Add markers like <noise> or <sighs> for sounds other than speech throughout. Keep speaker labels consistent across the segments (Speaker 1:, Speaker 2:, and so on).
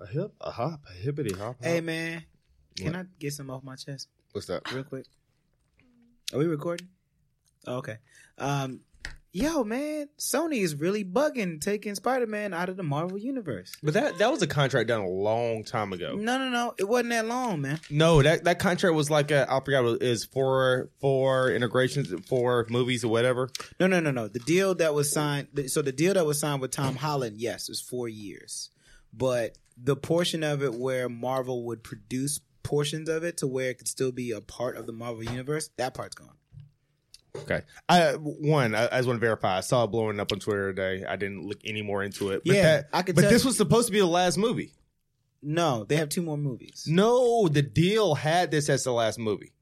Speaker 1: A hip, a hop, a hippity hop. hop.
Speaker 2: Hey man, can
Speaker 1: What?
Speaker 2: I get some off my chest
Speaker 1: What's that?
Speaker 2: real quick? Are we recording? Oh, okay. Um, yo man, Sony is really bugging taking Spider Man out of the Marvel universe.
Speaker 1: But that that was a contract done a long time ago.
Speaker 2: No, no, no, it wasn't that long, man.
Speaker 1: No, that that contract was like a, I forgot what it is for for integrations for movies or whatever.
Speaker 2: No, no, no, no. The deal that was signed, th- so the deal that was signed with Tom Holland, yes, is four years, but the portion of it where Marvel would produce portions of it to where it could still be a part of the Marvel universe, that part's gone.
Speaker 1: Okay, I one I, I just want to verify. I saw it blowing up on Twitter today. I didn't look any more into it. But
Speaker 2: Yeah,
Speaker 1: that,
Speaker 2: I could
Speaker 1: But
Speaker 2: tell
Speaker 1: this
Speaker 2: you-
Speaker 1: was supposed to be the last movie.
Speaker 2: No, they have two more movies.
Speaker 1: No, the deal had this as the last movie.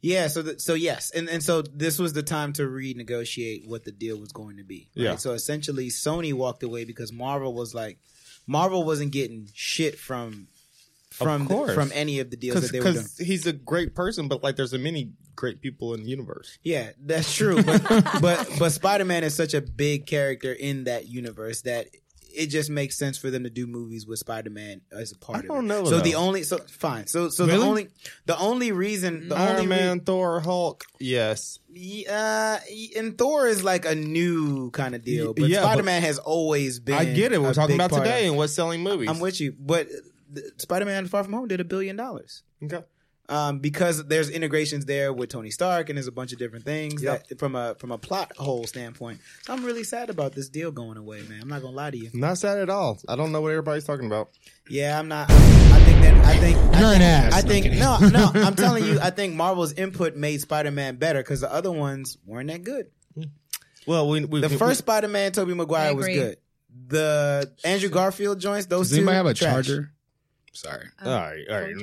Speaker 2: Yeah, so th so yes, and and so this was the time to renegotiate what the deal was going to be. right?
Speaker 1: Yeah.
Speaker 2: So essentially, Sony walked away because Marvel was like, Marvel wasn't getting shit from from
Speaker 1: course.
Speaker 2: from any of the deals that they were doing.
Speaker 1: Because he's a great person, but like there's a many great people in the universe.
Speaker 2: Yeah, that's true. But <laughs> but, but Spider Man is such a big character in that universe that it just makes sense for them to do movies with Spider Man as a part
Speaker 1: I don't
Speaker 2: of it.
Speaker 1: know,
Speaker 2: So the
Speaker 1: though.
Speaker 2: only so fine. So so the
Speaker 1: Really?
Speaker 2: only the only reason the only
Speaker 1: Iron
Speaker 2: re-
Speaker 1: Man, Thor, Hulk. Yes.
Speaker 2: Yeah, uh, and Thor is like a new kind of deal, but
Speaker 1: Yeah, but-
Speaker 2: Spider Man has always been.
Speaker 1: I get it.
Speaker 2: a
Speaker 1: We're talking
Speaker 2: big
Speaker 1: about
Speaker 2: part of-
Speaker 1: today and what's selling movies.
Speaker 2: I'm with you, but Spider Man Far From Home did a billion dollars
Speaker 1: Okay.
Speaker 2: um, because there's integrations there with Tony Stark and there's a bunch of different things
Speaker 1: Yep.
Speaker 2: that, from a from a plot hole standpoint. So I'm really sad about this deal going away, man. I'm not gonna lie to you.
Speaker 1: Not sad at all. I don't know what everybody's talking about.
Speaker 2: Yeah, I'm not. I think that I think
Speaker 3: You're
Speaker 2: I,
Speaker 3: an ass.
Speaker 2: I
Speaker 3: No,
Speaker 2: think
Speaker 3: kidding.
Speaker 2: no, no. I'm telling you, I think Marvel's input made Spider Man better because the other ones weren't that good.
Speaker 1: Well, we, we
Speaker 2: The first Spider Man, Tobey
Speaker 4: I
Speaker 2: Maguire was
Speaker 4: agree.
Speaker 2: good. The Andrew Garfield joints, those
Speaker 3: Does
Speaker 2: two.
Speaker 3: anybody have a
Speaker 2: trash.
Speaker 3: charger? Sorry.
Speaker 1: all right, all <laughs> right.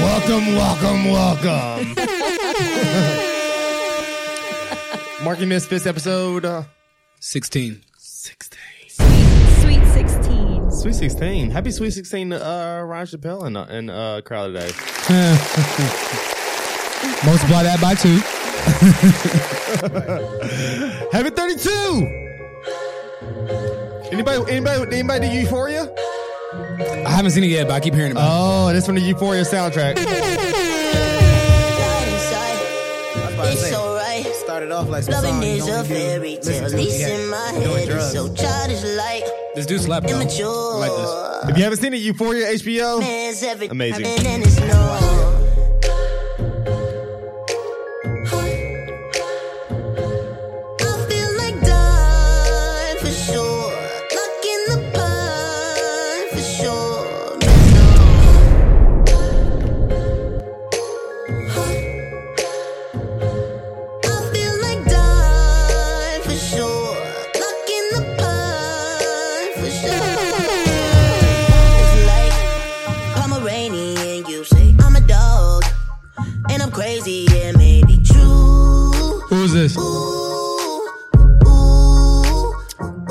Speaker 3: Welcome, welcome, welcome.
Speaker 1: <laughs> Marking Misfits episode uh,
Speaker 3: 16.
Speaker 4: Sweet 16.
Speaker 1: Sweet Sixteen. Happy Sweet Sixteen to uh, Ryan Chappelle and uh, and uh, crowd today.
Speaker 3: Multiply that by two.
Speaker 1: Happy Thirty Two. Anybody? Anybody? Anybody? Do Euphoria?
Speaker 3: I haven't seen it yet, but I keep hearing about
Speaker 1: Oh, that's from the Euphoria soundtrack.
Speaker 5: Right inside,
Speaker 2: That's what I was
Speaker 5: it's
Speaker 2: saying.
Speaker 5: alright.
Speaker 2: Started off like some
Speaker 5: Loving
Speaker 2: song you
Speaker 5: is a
Speaker 2: don't do.
Speaker 5: fairy tale.
Speaker 2: Listen to it,
Speaker 5: Least
Speaker 2: yeah.
Speaker 5: in my
Speaker 2: Doing
Speaker 5: head,
Speaker 2: drugs.
Speaker 5: it's so childish like
Speaker 3: it. This dude slapped though.
Speaker 5: immature.
Speaker 3: I like this.
Speaker 1: If you haven't seen it, Euphoria HBO.
Speaker 5: Man's every-
Speaker 1: Amazing.
Speaker 5: And then it's no. I feel like dying for sure. Luck in the pine for sure. I feel like dying for sure. Luck in the pine for sure. It's like Pomeranian, you say I'm a dog, and I'm crazy, yeah, maybe true.
Speaker 3: Who's this?
Speaker 5: Ooh,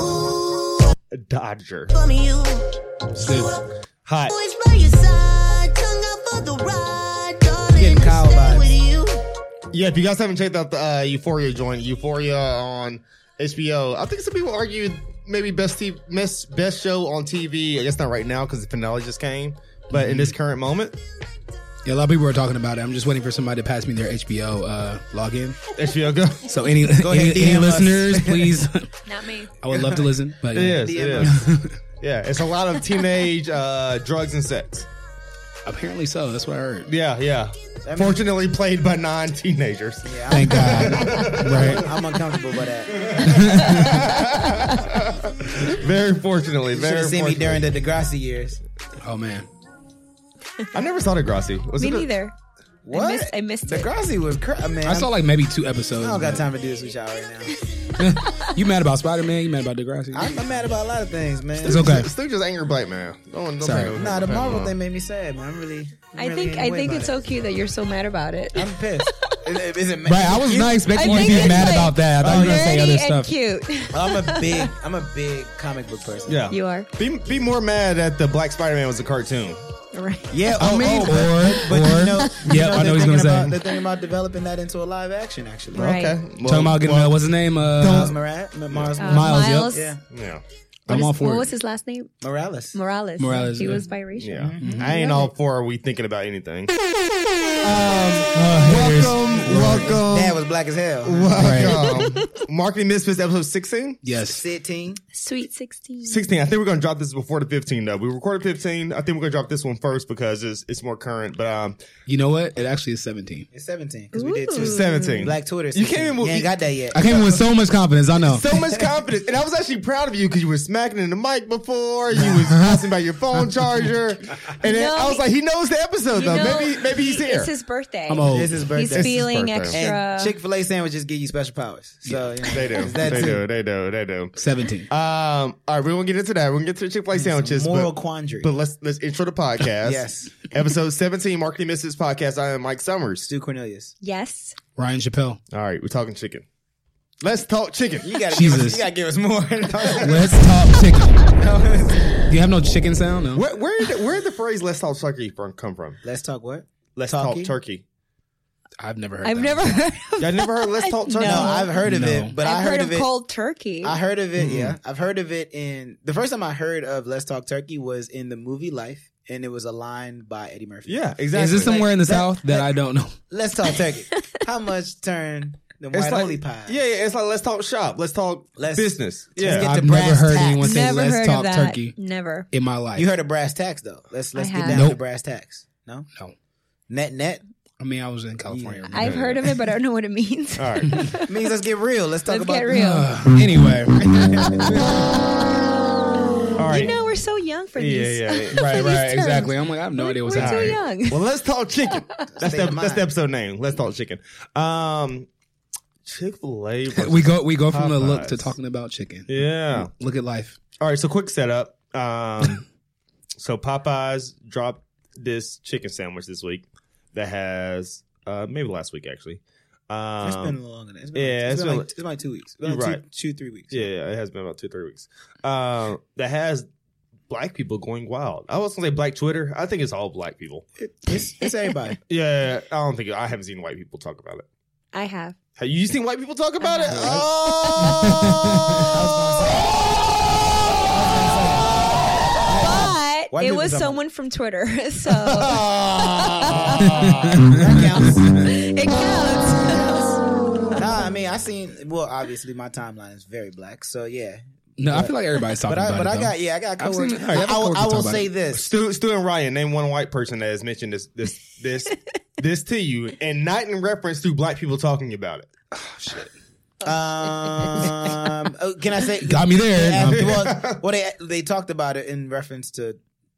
Speaker 5: ooh, ooh,
Speaker 1: Dodger.
Speaker 5: from you.
Speaker 1: Hot.
Speaker 5: Always by your side, tongue out for the ride, darling.
Speaker 2: Getting Kyle
Speaker 5: I'm staying
Speaker 2: vibes.
Speaker 5: with you.
Speaker 1: Yeah, if you guys haven't checked out the uh, Euphoria joint, Euphoria on HBO, I think some people argue maybe best t- best best show on TV. I guess not right now because the finale just came, but in this current moment,
Speaker 3: Yeah, a lot of people are talking about it. I'm just waiting for somebody to pass me their HBO uh, login.
Speaker 1: HBO go. <laughs>
Speaker 3: So <laughs> any
Speaker 2: ahead,
Speaker 3: any, any
Speaker 2: DM us.
Speaker 3: <laughs> listeners, please.
Speaker 4: Not me.
Speaker 3: I would love to listen, but
Speaker 1: It is. It
Speaker 2: <laughs> DM
Speaker 1: is. Yeah, it's a lot of teenage uh, drugs and sex.
Speaker 3: apparently so. That's what I heard.
Speaker 1: Yeah, yeah.
Speaker 2: means-
Speaker 1: Fortunately, played by non-teenagers.
Speaker 2: Yeah, I'm,
Speaker 3: Thank God. right.
Speaker 2: I'm uncomfortable by that. You
Speaker 1: Very fortunately.
Speaker 2: should
Speaker 1: Very.
Speaker 2: have seen me
Speaker 1: fortunately.
Speaker 2: during the Degrassi years.
Speaker 3: <laughs> Oh man.
Speaker 1: I never saw Degrassi. Was
Speaker 4: Me
Speaker 1: it a-
Speaker 4: neither.
Speaker 2: What?
Speaker 4: missed- I missed it.
Speaker 2: Degrassi was cra- man.
Speaker 3: I saw like maybe two episodes.
Speaker 2: I don't got
Speaker 3: but-
Speaker 2: time to do this with y'all right now.
Speaker 3: You mad about Spider Man? You mad about Degrassi?
Speaker 2: I'm, I'm mad about a lot of things, man.
Speaker 3: It's okay.
Speaker 1: Stooge is angry black man. Don't, don't
Speaker 3: Sorry.
Speaker 1: think-
Speaker 2: Nah, the Marvel thing made me sad, man. I'm really. I'm
Speaker 4: I
Speaker 2: really
Speaker 4: think
Speaker 2: ain't
Speaker 4: I
Speaker 2: way
Speaker 4: think
Speaker 2: about
Speaker 4: it's
Speaker 2: it.
Speaker 4: so cute that you're so mad about it.
Speaker 2: I'm
Speaker 3: <laughs>
Speaker 2: pissed. is, it- is it mad?
Speaker 3: Right, I was not expecting
Speaker 4: I
Speaker 3: you to
Speaker 4: think
Speaker 3: be
Speaker 4: it's
Speaker 3: mad
Speaker 4: like-
Speaker 3: about that. I thought you were gonna say
Speaker 4: Nerdy
Speaker 3: other
Speaker 4: and
Speaker 3: stuff.
Speaker 4: cute.
Speaker 2: I'm a big. I'm a big comic book person.
Speaker 1: Yeah.
Speaker 4: you are
Speaker 1: Be, be more mad that the Black Spider Man was a cartoon.
Speaker 4: right.
Speaker 2: Yeah,
Speaker 3: I <laughs>
Speaker 2: oh, oh,
Speaker 3: mean, or-
Speaker 2: but, but
Speaker 3: or-
Speaker 2: you know, you
Speaker 3: Yep, I know
Speaker 2: they're
Speaker 3: what he's
Speaker 2: thinking
Speaker 3: gonna say.
Speaker 2: about, They're thinking about developing that into a live action, actually.
Speaker 4: Right.
Speaker 1: Okay. Well,
Speaker 3: Talking about getting
Speaker 1: well,
Speaker 3: uh, what's his name? Uh,
Speaker 2: Mars Morales, Mars
Speaker 4: Uh,
Speaker 3: Miles, yep.
Speaker 4: Miles.
Speaker 2: yeah.
Speaker 1: Yeah.
Speaker 4: What
Speaker 3: I'm
Speaker 4: is-
Speaker 3: all for
Speaker 4: What
Speaker 3: it.
Speaker 4: was his last name?
Speaker 2: Morales.
Speaker 4: Morales.
Speaker 3: Morales,
Speaker 4: He
Speaker 3: yeah.
Speaker 4: was biracial.
Speaker 1: Yeah,
Speaker 2: Mm-hmm.
Speaker 1: I ain't all for we thinking about anything.
Speaker 3: Uh, welcome,
Speaker 2: Dad was black as hell.
Speaker 1: Welcome, marketing misfits episode sixteen.
Speaker 3: Yes.
Speaker 2: Sitting.
Speaker 4: Sweet 16.
Speaker 1: 16. I think we're going to drop this before the 15, though. We recorded 15. I think we're going to drop this one first because it's, it's more current. But um,
Speaker 3: You know what? It actually is 17.
Speaker 2: It's 17 because we did
Speaker 4: Ooh.
Speaker 2: two.
Speaker 1: 17.
Speaker 2: Black Twitter.
Speaker 1: You came in with-
Speaker 2: You ain't got that yet.
Speaker 3: I came in with so much confidence. I know.
Speaker 1: so much confidence. And I was actually proud of you because you were smacking in the mic before. You was asking about your phone charger. And then
Speaker 4: No,
Speaker 1: I was like, he knows the episode,
Speaker 4: You
Speaker 2: uh,
Speaker 1: though.
Speaker 4: know,
Speaker 1: maybe maybe he's
Speaker 4: he-
Speaker 1: here.
Speaker 4: It's his birthday.
Speaker 3: I'm old.
Speaker 2: This is
Speaker 4: He's
Speaker 2: birthday.
Speaker 1: his
Speaker 4: feeling
Speaker 1: birthday.
Speaker 4: extra.
Speaker 2: and Chick Fil A sandwiches give you special powers. So you know,
Speaker 1: they do.
Speaker 2: it's that
Speaker 1: They
Speaker 2: too.
Speaker 1: do. They do. They do.
Speaker 3: 17.
Speaker 1: Um, all right, we won't get into that. We're gonna get to the Chick Fil A sandwiches,
Speaker 2: Moral
Speaker 1: but,
Speaker 2: quandary.
Speaker 1: but let's let's intro the podcast.
Speaker 2: Yes.
Speaker 1: episode seventeen, marketing misfits podcast. I am Mike Summers.
Speaker 2: Stu Cornelius.
Speaker 4: yes.
Speaker 3: Ryan Chappelle.
Speaker 1: All right, we're talking chicken. Let's talk chicken.
Speaker 2: You gotta give us.
Speaker 3: Jesus.
Speaker 2: You gotta give us more. <laughs>
Speaker 3: Let's talk chicken. Do you have no chicken sound? No.
Speaker 1: Where where did, where did the phrase "Let's talk turkey" from come from?
Speaker 2: Let's talk what?
Speaker 1: Let's
Speaker 2: Talkie?
Speaker 1: talk turkey.
Speaker 3: I've never heard
Speaker 4: I've
Speaker 3: that.
Speaker 4: never heard of
Speaker 1: Y'all never heard
Speaker 4: <laughs>
Speaker 1: "Let's talk turkey"?
Speaker 2: No, I've heard of
Speaker 3: No.
Speaker 2: it, but i
Speaker 4: I've
Speaker 2: heard,
Speaker 4: of
Speaker 2: it.
Speaker 4: cold turkey.
Speaker 2: I heard of it. Yeah,
Speaker 1: Mm-hmm.
Speaker 2: I've heard of it in the first time I heard of "Let's Talk Turkey" was in the movie Life, and it was a line by Eddie Murphy.
Speaker 1: yeah, exactly.
Speaker 3: Is this somewhere in the South that
Speaker 2: that-
Speaker 3: I don't know?
Speaker 2: let's talk
Speaker 3: <laughs>
Speaker 2: turkey. How much turn the
Speaker 1: It's
Speaker 2: white
Speaker 1: like-
Speaker 2: holy pie?
Speaker 1: Yeah, yeah, it's like let's talk shop. Let's talk
Speaker 2: Let's-
Speaker 1: business.
Speaker 2: let's
Speaker 1: Yeah,
Speaker 2: get-
Speaker 3: I've
Speaker 2: to brass
Speaker 3: never heard
Speaker 2: tacks.
Speaker 3: anyone say
Speaker 4: Never
Speaker 3: "Let's
Speaker 4: heard
Speaker 3: talk
Speaker 4: of that.
Speaker 3: turkey"
Speaker 4: Never.
Speaker 3: in my life.
Speaker 2: you heard of brass tacks though. Let's let's
Speaker 4: I
Speaker 2: get
Speaker 4: have.
Speaker 2: down to
Speaker 3: Nope.
Speaker 2: brass tacks. No,
Speaker 3: No.
Speaker 2: net net
Speaker 3: I mean, I was in California.
Speaker 4: I've heard of it, but I don't know what it means.
Speaker 1: all right.
Speaker 2: means let's get real. Let's talk
Speaker 4: Let's
Speaker 2: about
Speaker 4: get real.
Speaker 3: Uh, <sighs> <laughs> anyway,
Speaker 1: <laughs> All right.
Speaker 4: you know, we're so young for
Speaker 1: yeah,
Speaker 4: these.
Speaker 1: yeah, yeah.
Speaker 4: <laughs>
Speaker 3: right,
Speaker 4: These terms.
Speaker 3: right, exactly. I'm like, I have no idea what's
Speaker 4: We're
Speaker 1: All
Speaker 4: too
Speaker 1: right.
Speaker 3: happening.
Speaker 4: young.
Speaker 1: Well, let's talk chicken. That's
Speaker 2: State
Speaker 1: the, that's
Speaker 2: of mind.
Speaker 1: the episode name. Let's talk chicken. Um, Chick Fil <laughs> A.
Speaker 3: We go, we go from the look
Speaker 1: Popeyes.
Speaker 3: to talking about chicken.
Speaker 1: Yeah.
Speaker 3: Look at life.
Speaker 1: All right. So quick setup. <laughs> Um, so Popeyes dropped this chicken sandwich this week that has uh maybe last week actually. Um,
Speaker 2: It's been longer. than- It's been
Speaker 1: yeah, it's
Speaker 2: like, it's
Speaker 1: been
Speaker 2: been like,
Speaker 1: like-
Speaker 2: it's been like two weeks. It's been
Speaker 1: You're
Speaker 2: like
Speaker 1: right.
Speaker 2: two, two, three weeks.
Speaker 1: Yeah, yeah, it has been about two, three weeks. Um, that has black people going wild. I was gonna say black Twitter. I think it's all black people.
Speaker 2: It's,
Speaker 3: <laughs>
Speaker 2: it's everybody.
Speaker 1: Yeah, I don't think I haven't seen white people talk about it.
Speaker 4: I have.
Speaker 1: Have you seen white people talk
Speaker 2: <laughs>
Speaker 1: about it? Uh,
Speaker 4: Uh-huh. But
Speaker 2: White
Speaker 4: it
Speaker 2: people
Speaker 4: was
Speaker 2: talking about-
Speaker 4: someone
Speaker 2: <laughs>
Speaker 4: from Twitter, <laughs> so
Speaker 2: Ah.
Speaker 1: Oh!
Speaker 2: That counts.
Speaker 4: it
Speaker 2: <laughs>
Speaker 4: counts.
Speaker 2: nah, I mean, I seen. Well, obviously, my timeline is very black. So yeah,
Speaker 3: No, I feel like everybody's talking
Speaker 2: but I,
Speaker 3: about
Speaker 2: but
Speaker 3: it.
Speaker 2: I
Speaker 3: though.
Speaker 2: got yeah, I got
Speaker 3: I've seen
Speaker 2: coworkers.
Speaker 3: it.
Speaker 2: I,
Speaker 3: All right, I've got
Speaker 2: I will, I
Speaker 3: coworkers
Speaker 2: will
Speaker 3: talk
Speaker 2: say
Speaker 3: about
Speaker 2: this.
Speaker 1: Stu, Stu and Ryan, name one white person that has mentioned this this
Speaker 2: <laughs>
Speaker 1: this this to you, and not in reference to black people talking about it.
Speaker 3: <laughs>
Speaker 2: Um, oh, can I say?
Speaker 3: Got me
Speaker 2: <laughs>
Speaker 3: there.
Speaker 2: Yeah,
Speaker 3: No, I'm-
Speaker 2: well, well, they they talked about it in reference to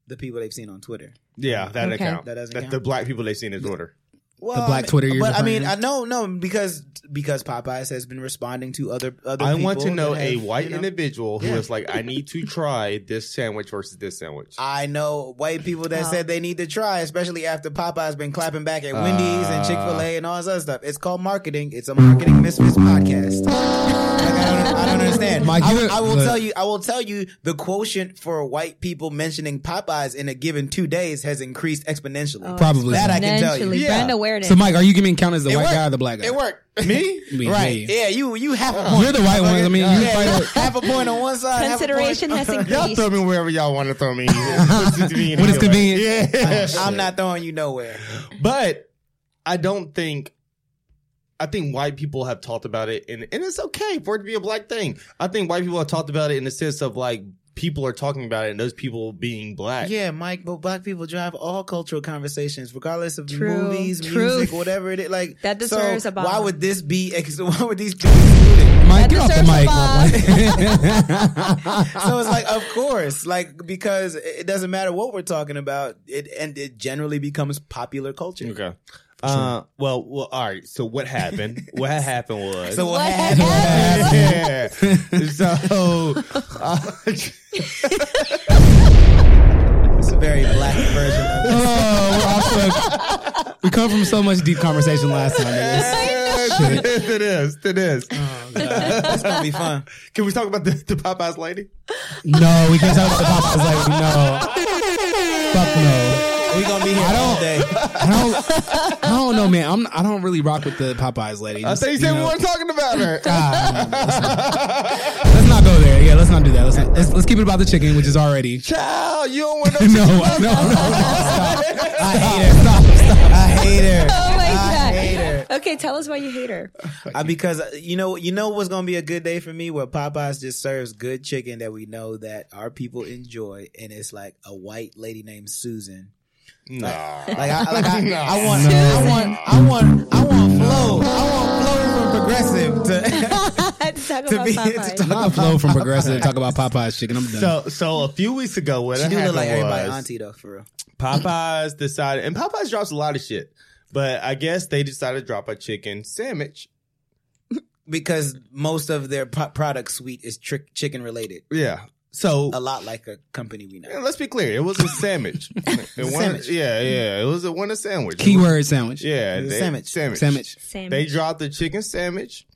Speaker 2: the people they've seen on Twitter. Mm-hmm.
Speaker 1: Yeah, that
Speaker 4: Okay.
Speaker 1: account.
Speaker 2: That doesn't
Speaker 1: That's
Speaker 2: count.
Speaker 1: the black people they've seen in Twitter.
Speaker 2: Well,
Speaker 3: black
Speaker 2: I mean-
Speaker 3: Twitter you're
Speaker 2: but I
Speaker 3: referring
Speaker 2: mean,
Speaker 3: to?
Speaker 2: I no, no, because because Popeyes has been responding to other other.
Speaker 1: I want
Speaker 2: people
Speaker 1: to know
Speaker 2: that
Speaker 1: a
Speaker 2: have,
Speaker 1: white
Speaker 2: you know-
Speaker 1: individual who
Speaker 2: Yeah.
Speaker 1: is like, I need to try this sandwich versus this sandwich.
Speaker 2: I know white people that
Speaker 4: Oh.
Speaker 2: said they need to try, especially after Popeye's been clapping back at Wendy's
Speaker 3: Ah.
Speaker 2: and Chick Fil A and all this other stuff. It's called marketing. It's a marketing misfits podcast. like, I, don't, I don't understand.
Speaker 3: Mike,
Speaker 2: I, will-
Speaker 3: you-
Speaker 2: I will
Speaker 3: look.
Speaker 2: tell you. I will tell you the quotient for white people mentioning Popeyes in a given two days has increased exponentially.
Speaker 3: Probably.
Speaker 2: that I can tell you.
Speaker 4: Exponentially,
Speaker 1: Yeah.
Speaker 4: Oh, brand awareness.
Speaker 3: so, Mike, are you getting counted as the
Speaker 2: It
Speaker 3: white
Speaker 2: worked.
Speaker 3: guy or the black guy?
Speaker 2: It worked. <laughs>
Speaker 1: Me?
Speaker 3: Me,
Speaker 2: right?
Speaker 3: me.
Speaker 2: Yeah. You you have a point.
Speaker 3: You're the white one. I mean, you
Speaker 2: Yeah,
Speaker 3: fight
Speaker 2: <laughs>
Speaker 3: it.
Speaker 2: half a point on one side. half a point-
Speaker 4: Consideration
Speaker 2: <laughs>
Speaker 4: has
Speaker 1: Y'all
Speaker 4: increased.
Speaker 1: throw me wherever y'all want to throw
Speaker 3: <laughs>
Speaker 1: me. what
Speaker 3: When it's convenient. Oh,
Speaker 1: Yeah.
Speaker 2: I'm not throwing you nowhere.
Speaker 1: But I don't think I think white people have talked about it and, and it's okay for it to be a black thing. I think white people have talked about it in the sense of like people are talking about it and those people being black.
Speaker 2: Yeah, Mike, but black people drive all cultural conversations, regardless of
Speaker 4: True.
Speaker 2: movies,
Speaker 4: True.
Speaker 2: music, whatever it is. Like
Speaker 4: That deserves
Speaker 2: so
Speaker 4: a bomb.
Speaker 2: Why would this be? Ex- <laughs> why would these? Be excluded?
Speaker 3: Mike,
Speaker 4: That
Speaker 3: get off the
Speaker 4: deserves a
Speaker 3: mic.
Speaker 2: <laughs> so it's like, of course, like because it it doesn't matter what we're talking about, it and it generally becomes popular culture.
Speaker 1: Okay. Uh, well, well, all right. So what <laughs> happened? what happened was <laughs>
Speaker 2: So what
Speaker 4: What
Speaker 2: happened?
Speaker 4: happened?
Speaker 1: yeah.
Speaker 3: Oh,
Speaker 1: so uh,
Speaker 2: It's a very black version. of it.
Speaker 3: Oh, we're off the- we come from so much deep conversation last time.
Speaker 1: <laughs>
Speaker 3: It
Speaker 1: it is, it is, it is.
Speaker 2: It's gonna be fun.
Speaker 1: Can we talk about the, the Popeyes lady?
Speaker 3: was- no, we can't talk about the Popeyes. Like, no. Fuck no.
Speaker 2: We gonna be here
Speaker 3: I
Speaker 2: all
Speaker 3: don't-
Speaker 2: day.
Speaker 3: I don't, I don't know, man. I'm, I don't really rock with the Popeyes lady.
Speaker 1: I thought you said we weren't talking about her.
Speaker 3: <laughs> Let's not go there. Yeah, let's not do that. Let's, let's, let's keep it about the chicken, which is already. <laughs>
Speaker 1: Child, you don't want no
Speaker 3: No,
Speaker 1: chicken
Speaker 3: no, no,
Speaker 1: bucket.
Speaker 3: no. Stop.
Speaker 2: I hate her. Stop, stop. I hate her.
Speaker 4: <laughs> Oh my
Speaker 2: I
Speaker 4: God.
Speaker 2: hate her.
Speaker 4: Okay, tell us why you hate her. <laughs>
Speaker 2: I, because uh, you know, you know what's gonna be a good day for me where Popeyes just serves good chicken that we know that our people enjoy, and it's like a white lady named Susan.
Speaker 1: Nah.
Speaker 2: Like I, like <laughs>
Speaker 3: <laughs>
Speaker 2: I,
Speaker 1: No.
Speaker 2: I want, I want, I want, I want Flo, Oh, I want Flo from Progressive to.
Speaker 4: Let's talk
Speaker 2: To
Speaker 4: about
Speaker 2: be-
Speaker 4: Popeye.
Speaker 2: to talk-
Speaker 3: Not flow from progressive to talk about Popeyes chicken. I'm done.
Speaker 1: So, so a few weeks ago, what
Speaker 2: <laughs> she do
Speaker 1: happened
Speaker 2: look like everybody
Speaker 1: was
Speaker 2: auntie though, for real.
Speaker 1: Popeyes decided, and Popeyes drops a lot of shit, but I guess they decided to drop a chicken sandwich.
Speaker 2: Because most of their pro- product suite is trick chicken related,
Speaker 1: Yeah. So
Speaker 2: a lot like a company we know.
Speaker 1: And let's be clear, it was a
Speaker 2: <laughs>
Speaker 1: sandwich. It won-
Speaker 2: sandwich.
Speaker 1: Yeah, yeah, it was a winner sandwich.
Speaker 3: Keyword sandwich.
Speaker 1: Yeah,
Speaker 2: It was a
Speaker 1: they-
Speaker 2: sandwich.
Speaker 1: Sandwich.
Speaker 3: Sandwich.
Speaker 4: Sam.
Speaker 1: They dropped the chicken sandwich.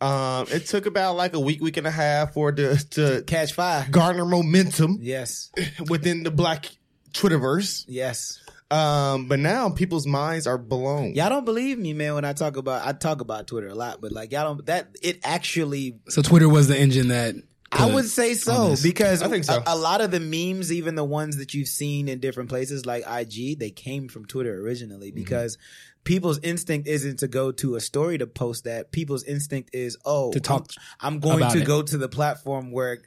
Speaker 1: Um, it took about like a week, week and a half for it to, to
Speaker 2: Catch fire.
Speaker 1: garner momentum
Speaker 2: Yes,
Speaker 1: within the black Twitterverse.
Speaker 2: yes.
Speaker 1: Um, but now people's minds are blown.
Speaker 2: Y'all don't believe me, man. When I talk about, I talk about Twitter a lot, but like y'all don't. That it actually,
Speaker 3: So Twitter was the engine that.
Speaker 2: I would say so
Speaker 3: this.
Speaker 2: because
Speaker 1: I think so.
Speaker 2: A, a lot of the memes, even the ones that you've seen in different places like IG, they came from Twitter originally
Speaker 3: Mm-hmm.
Speaker 2: because people's instinct isn't to go to a story to post that. People's instinct is oh,
Speaker 3: To talk
Speaker 2: I'm, I'm going
Speaker 3: about
Speaker 2: to
Speaker 3: it.
Speaker 2: go to the platform where.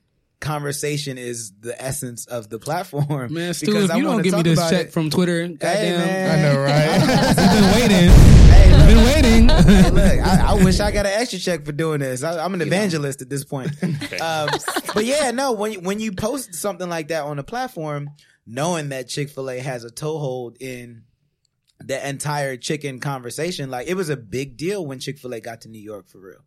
Speaker 2: Conversation is the essence of the platform. <laughs>
Speaker 3: Man, Stu,
Speaker 2: because
Speaker 3: if
Speaker 2: I
Speaker 3: you don't
Speaker 2: wanna
Speaker 3: give me
Speaker 2: talk
Speaker 3: this
Speaker 2: about
Speaker 3: check
Speaker 2: it.
Speaker 3: from Twitter,
Speaker 2: Hey,
Speaker 3: goddamn,
Speaker 2: man.
Speaker 1: I know,
Speaker 2: <laughs>
Speaker 1: right?
Speaker 3: I've been
Speaker 2: Hey, look,
Speaker 3: waiting. been waiting.
Speaker 2: Hey, <laughs> look, I, I wish I got an extra check for doing this. I, I'm an evangelist at this
Speaker 3: <laughs>
Speaker 2: point. Um, but yeah, no, when you, when you post something like that on a platform, knowing that Chick Fil A has a toehold in the entire chicken conversation, like it was a big deal when Chick Fil A got to New York for real.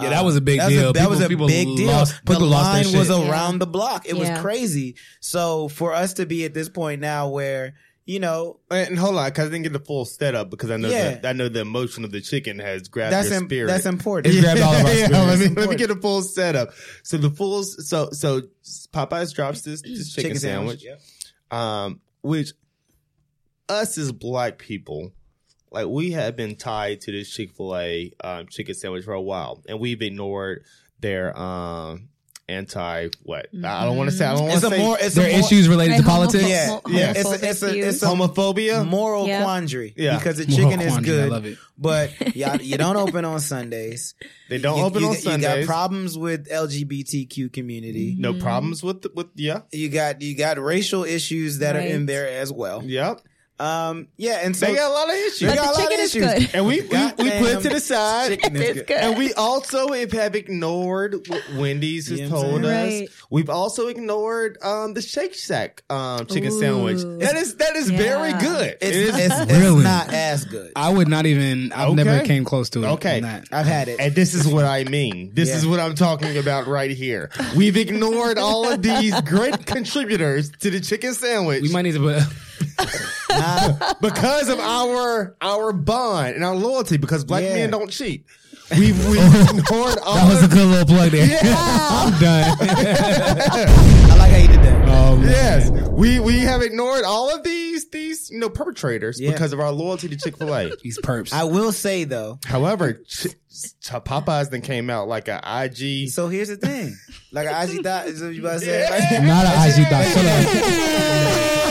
Speaker 3: Yeah, that was a big
Speaker 2: That
Speaker 3: deal.
Speaker 2: was a, that was a
Speaker 3: People- people
Speaker 2: big deal.
Speaker 3: lost-
Speaker 2: the
Speaker 3: people lost their
Speaker 2: line was
Speaker 3: shit.
Speaker 4: Yeah.
Speaker 2: around the block. It was
Speaker 4: Yeah.
Speaker 2: crazy. So for us to be at this point now, where you know
Speaker 1: and hold on, because I didn't get the full setup because I know
Speaker 2: Yeah.
Speaker 1: that I know the emotion of the chicken has grabbed
Speaker 2: that's
Speaker 1: your
Speaker 2: im-
Speaker 1: spirit. <laughs>
Speaker 2: that's important.
Speaker 3: <laughs>
Speaker 2: <laughs>
Speaker 3: It's grabbed all of our
Speaker 1: yeah, let
Speaker 3: spirits.
Speaker 1: me, let
Speaker 2: That's
Speaker 1: me
Speaker 2: important.
Speaker 1: get a full setup. So the full so so Popeyes drops this, this chicken, sandwich,
Speaker 2: Yep.
Speaker 1: um, which us as black people, like we have been tied to this Chick Fil A um, chicken sandwich for a while, and we've ignored their um anti what I don't want to say I don't want
Speaker 2: It's
Speaker 1: to
Speaker 2: a
Speaker 1: say
Speaker 2: more. It's
Speaker 3: Their
Speaker 2: a more,
Speaker 3: issues related to
Speaker 4: Like
Speaker 3: politics.
Speaker 4: homopho-
Speaker 2: Yeah,
Speaker 4: homo-
Speaker 1: yeah.
Speaker 2: It's a- it's a-
Speaker 4: homophobic
Speaker 2: it's
Speaker 4: views.
Speaker 2: a-
Speaker 1: homophobia.
Speaker 2: moral
Speaker 4: Yeah.
Speaker 2: quandary.
Speaker 1: Yeah.
Speaker 2: Because the
Speaker 3: Moral
Speaker 2: chicken is
Speaker 3: quandary,
Speaker 2: good.
Speaker 3: I love it. <laughs>
Speaker 2: But y'all, you don't open on Sundays.
Speaker 1: they <laughs> don't
Speaker 2: you,
Speaker 1: open
Speaker 2: you,
Speaker 1: on
Speaker 2: you
Speaker 1: Sundays.
Speaker 2: got problems with LGBTQ community.
Speaker 3: Mm-hmm.
Speaker 1: no problems with the, with yeah
Speaker 2: You got you got racial issues that are in
Speaker 4: Right.
Speaker 2: there as well.
Speaker 1: yep.
Speaker 2: Um, yeah, and so
Speaker 1: They got a lot of issues.
Speaker 4: But
Speaker 2: got a
Speaker 4: the
Speaker 2: lot of
Speaker 4: chicken is
Speaker 2: issues.
Speaker 4: good.
Speaker 1: and we, we, we put it
Speaker 2: Goddamn
Speaker 1: to the side.
Speaker 2: <laughs> chicken
Speaker 1: <laughs>
Speaker 2: is
Speaker 4: It's
Speaker 2: good.
Speaker 4: good.
Speaker 1: And we also have- have ignored what Wendy's has
Speaker 2: You know what I'm
Speaker 1: told us.
Speaker 4: saying? Right.
Speaker 1: We've also ignored um, the Shake Shack um, chicken
Speaker 4: Ooh.
Speaker 1: sandwich. That is that is
Speaker 4: Yeah.
Speaker 1: very good.
Speaker 2: It's,
Speaker 1: It is-
Speaker 2: it's, it's
Speaker 3: Really?
Speaker 2: not as good.
Speaker 3: I would not even. I've never
Speaker 1: Okay.
Speaker 3: came close to it.
Speaker 1: Okay.
Speaker 3: on that.
Speaker 2: I've had
Speaker 1: <laughs>
Speaker 2: it.
Speaker 1: and this is what I mean. This
Speaker 2: Yeah.
Speaker 1: is what I'm talking about right here. We've ignored all of these great contributors to the chicken sandwich
Speaker 3: We might need to put. <laughs>
Speaker 2: Nah,
Speaker 1: because of our our bond and our loyalty. Because black
Speaker 2: Yeah.
Speaker 1: men don't cheat. We we ignored all.
Speaker 3: That was a
Speaker 1: of,
Speaker 3: good little plug there. I'm done.
Speaker 2: <laughs> I like how you did that.
Speaker 3: Um,
Speaker 1: Yes, we we have ignored all of these these you know perpetrators
Speaker 2: Yeah.
Speaker 1: because of our loyalty to Chick Fil <laughs> A.
Speaker 3: These perps.
Speaker 2: I will say though.
Speaker 1: However, Ch- Ch- Popeyes then came out like a IG. <laughs>
Speaker 2: So here's the thing. Like an IG dot is what you about to say.
Speaker 3: not an IG dot. Shut up.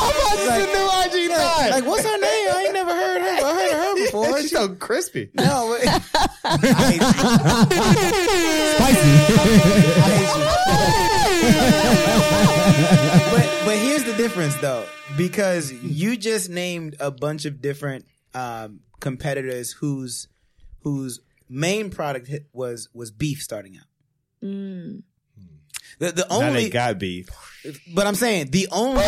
Speaker 1: Popeyes is
Speaker 2: Like-
Speaker 1: the new IG
Speaker 2: Like,
Speaker 1: dot.
Speaker 2: like, what's her name? I ain't never heard her. I heard
Speaker 1: <laughs>
Speaker 2: of her before.
Speaker 1: She's
Speaker 2: She-
Speaker 1: so crispy.
Speaker 2: No,
Speaker 1: <laughs>
Speaker 2: wait. I hate you.
Speaker 3: <laughs> Spicy.
Speaker 2: I hate you. but but here's the difference though, because you just named a bunch of different um, competitors whose whose main product hit was was beef starting out.
Speaker 4: Mm.
Speaker 2: The, the
Speaker 1: Now
Speaker 2: only,
Speaker 1: they got beef.
Speaker 2: but I'm saying the
Speaker 1: <laughs>
Speaker 2: only